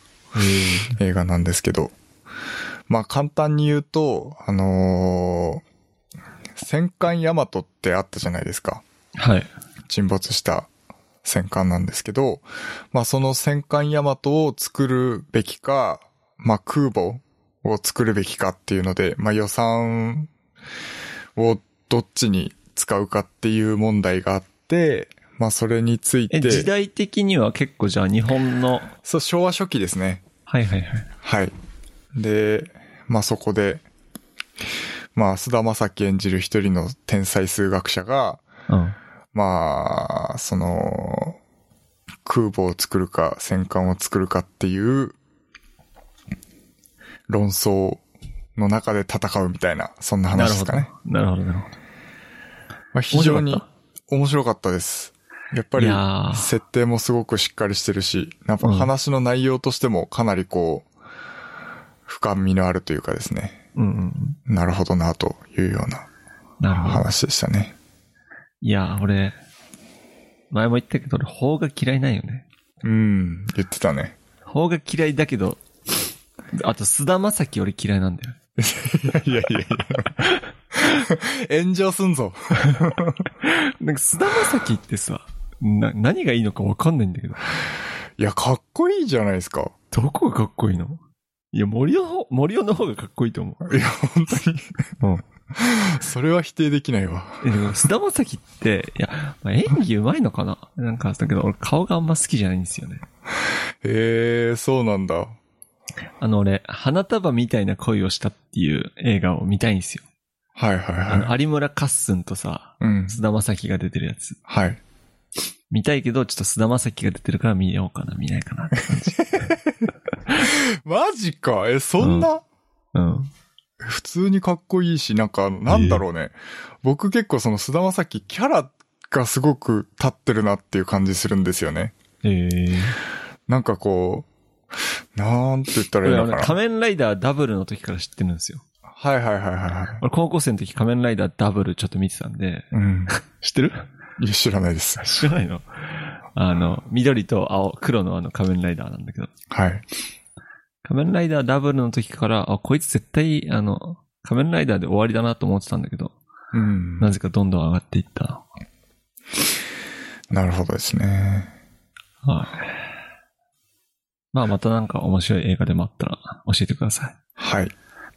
[SPEAKER 2] 映画なんですけど、まあ簡単に言うと、あのー戦艦ヤマトってあったじゃないですか。
[SPEAKER 1] はい。
[SPEAKER 2] 沈没した戦艦なんですけど、まあその戦艦ヤマトを作るべきか、まあ空母を作るべきかっていうので、まあ予算をどっちに使うかっていう問題があって、まあそれについ
[SPEAKER 1] え、時
[SPEAKER 2] て、
[SPEAKER 1] 代的には結構じゃあ日本の、
[SPEAKER 2] そう、昭和初期ですね。
[SPEAKER 1] はいはいはい。
[SPEAKER 2] はい。で、まあそこで、まあ菅田将暉演じる一人の天才数学者が、
[SPEAKER 1] うん。
[SPEAKER 2] まあ、その、空母を作るか戦艦を作るかっていう論争の中で戦うみたいな、そんな
[SPEAKER 1] な
[SPEAKER 2] 話
[SPEAKER 1] る
[SPEAKER 2] で
[SPEAKER 1] ほ
[SPEAKER 2] す
[SPEAKER 1] ど
[SPEAKER 2] かね。。
[SPEAKER 1] なるほど、なるほ
[SPEAKER 2] まあ、非常
[SPEAKER 1] 面
[SPEAKER 2] に
[SPEAKER 1] 白か
[SPEAKER 2] 面白かったです。やっぱ
[SPEAKER 1] い
[SPEAKER 2] り
[SPEAKER 1] やー、
[SPEAKER 2] 設定もすごくしっかりしてるし、なんか
[SPEAKER 1] うん
[SPEAKER 2] 話の内容としてもかなりこう、深みのあるというかですね。
[SPEAKER 1] ど。うんうん。
[SPEAKER 2] なるほどな、というような
[SPEAKER 1] なるほど。
[SPEAKER 2] 話でしたね。
[SPEAKER 1] いや、俺、前も言ったけど俺、法が嫌いなんよね。
[SPEAKER 2] うん、言ってたね。
[SPEAKER 1] 法が嫌いだけど、あと、菅田将暉俺嫌いなんだよ。
[SPEAKER 2] いやいやいや。炎上すんぞ。
[SPEAKER 1] なんか菅田将暉ってさ、な、何がいいのかわかんないんだけど。
[SPEAKER 2] いや、かっこいいじゃないですか。
[SPEAKER 1] どこがかっこいいのいや、森尾の、森尾の方がかっこいいと思
[SPEAKER 2] いや、本当に。
[SPEAKER 1] う。うん。
[SPEAKER 2] それは否定できないわ。
[SPEAKER 1] え、でも、菅田将暉って、いや、まあ、演技うまいのかななんか、だけど、俺顔があんま好きじゃないんですよね。
[SPEAKER 2] へえー、そうなんだ。
[SPEAKER 1] あの、俺、花束みたいな恋をしたっていう映画を見たいんですよ。
[SPEAKER 2] はいはい
[SPEAKER 1] あ
[SPEAKER 2] は
[SPEAKER 1] の、有村カッスンとさ、
[SPEAKER 2] い。うん。
[SPEAKER 1] 菅田将暉が出てるやつ。
[SPEAKER 2] はい。
[SPEAKER 1] 見たいけど、ちょっと菅田将暉が出てるから見ようかな、見ないかなって感じ。
[SPEAKER 2] マジか。え、そんな、
[SPEAKER 1] うん。
[SPEAKER 2] 普通にかっこいいし、なんか、なんだろうね。僕結構その菅田将暉キャラがすごく立ってるなっていう感じするんですよね。
[SPEAKER 1] ええ
[SPEAKER 2] なんかこう、なんて言ったらいい
[SPEAKER 1] 俺、あ
[SPEAKER 2] の
[SPEAKER 1] の
[SPEAKER 2] かな。
[SPEAKER 1] 仮面ライダーダブルの時から知ってるんですよ。
[SPEAKER 2] はいはいはいはいはい。
[SPEAKER 1] 俺、高校生の時仮面ライダーダブルちょっと見てたんで、
[SPEAKER 2] うん。
[SPEAKER 1] 知ってる
[SPEAKER 2] いや、知らないです。
[SPEAKER 1] 知らないのあの、緑と青、黒のあの仮面ライダーなんだけど。
[SPEAKER 2] はい。
[SPEAKER 1] 仮面ライダーダブルの時から、あ、こいつ絶対、あの、仮面ライダーで終わりだなと思ってたんだけど、
[SPEAKER 2] うん。
[SPEAKER 1] なぜかどんどん上がっていった。
[SPEAKER 2] なるほどですね。
[SPEAKER 1] はい。まあ、またなんか面白い映画でもあったら教えてください。
[SPEAKER 2] はい。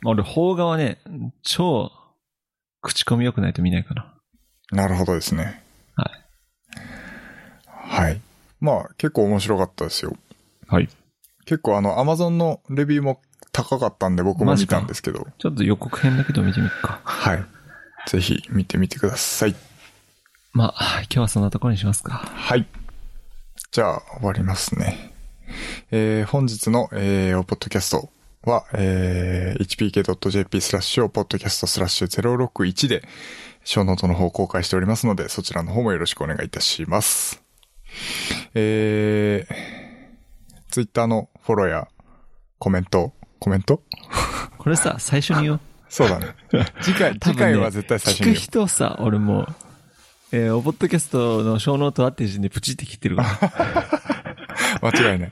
[SPEAKER 1] まあ、俺、邦画はね、超、口コミ良くないと見ないかな。
[SPEAKER 2] なるほどですね。。
[SPEAKER 1] はい
[SPEAKER 2] はい。まあ、結構面白かったですよ。
[SPEAKER 1] はい。
[SPEAKER 2] 結構あの、アマゾンのレビューも高かったんで僕も
[SPEAKER 1] マ
[SPEAKER 2] 見
[SPEAKER 1] ジか
[SPEAKER 2] たんですけど、
[SPEAKER 1] ちょっと予告編だけど見てみっか。
[SPEAKER 2] はい。ぜひ見てみてください。
[SPEAKER 1] まあ、今日はそんなところにしますか。
[SPEAKER 2] はい。じゃあ、終わりますね。えー本日の、えー、ポッドキャストは、えー hpk.jp スラッシュをポッドキャストスラッシュ061で、小ノートの方を公開しておりますので、そちらの方もよろしくお願いいたします。えー、ツイッターのフォローやコメント、コメント
[SPEAKER 1] これさ、最初に言おう。
[SPEAKER 2] そ うだね。次回、
[SPEAKER 1] 多
[SPEAKER 2] 次
[SPEAKER 1] 分ね
[SPEAKER 2] 回は絶対最初
[SPEAKER 1] 聞
[SPEAKER 2] に
[SPEAKER 1] く
[SPEAKER 2] 言う。
[SPEAKER 1] 人さ、俺もう、えー、おポッドキャストの小ノートあって時点でプチって切ってる から。
[SPEAKER 2] 間違いない。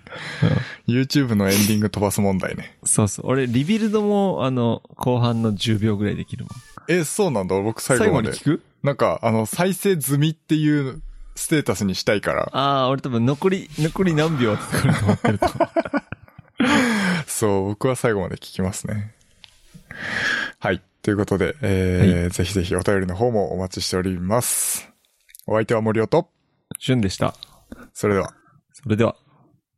[SPEAKER 2] YouTube のエンディング飛ばす問題ね。
[SPEAKER 1] そうそう。俺、リビルドも、あの、後半の10秒ぐらいできるもん。
[SPEAKER 2] え、そうなんだ。僕最
[SPEAKER 1] 最
[SPEAKER 2] 後
[SPEAKER 1] 後
[SPEAKER 2] ま
[SPEAKER 1] に聞
[SPEAKER 2] で。
[SPEAKER 1] く
[SPEAKER 2] なんか、あの、再生済みっていうステータスにしたいから。
[SPEAKER 1] ああ、俺多分残り、残り何秒ってくると思 ってると。
[SPEAKER 2] そう、僕は最後まで聞きますね。はい。ということで、えーぜひぜひお便りの方もお待ちしております。お相手は森尾と、
[SPEAKER 1] 旬でした。
[SPEAKER 2] それでは。
[SPEAKER 1] それでは。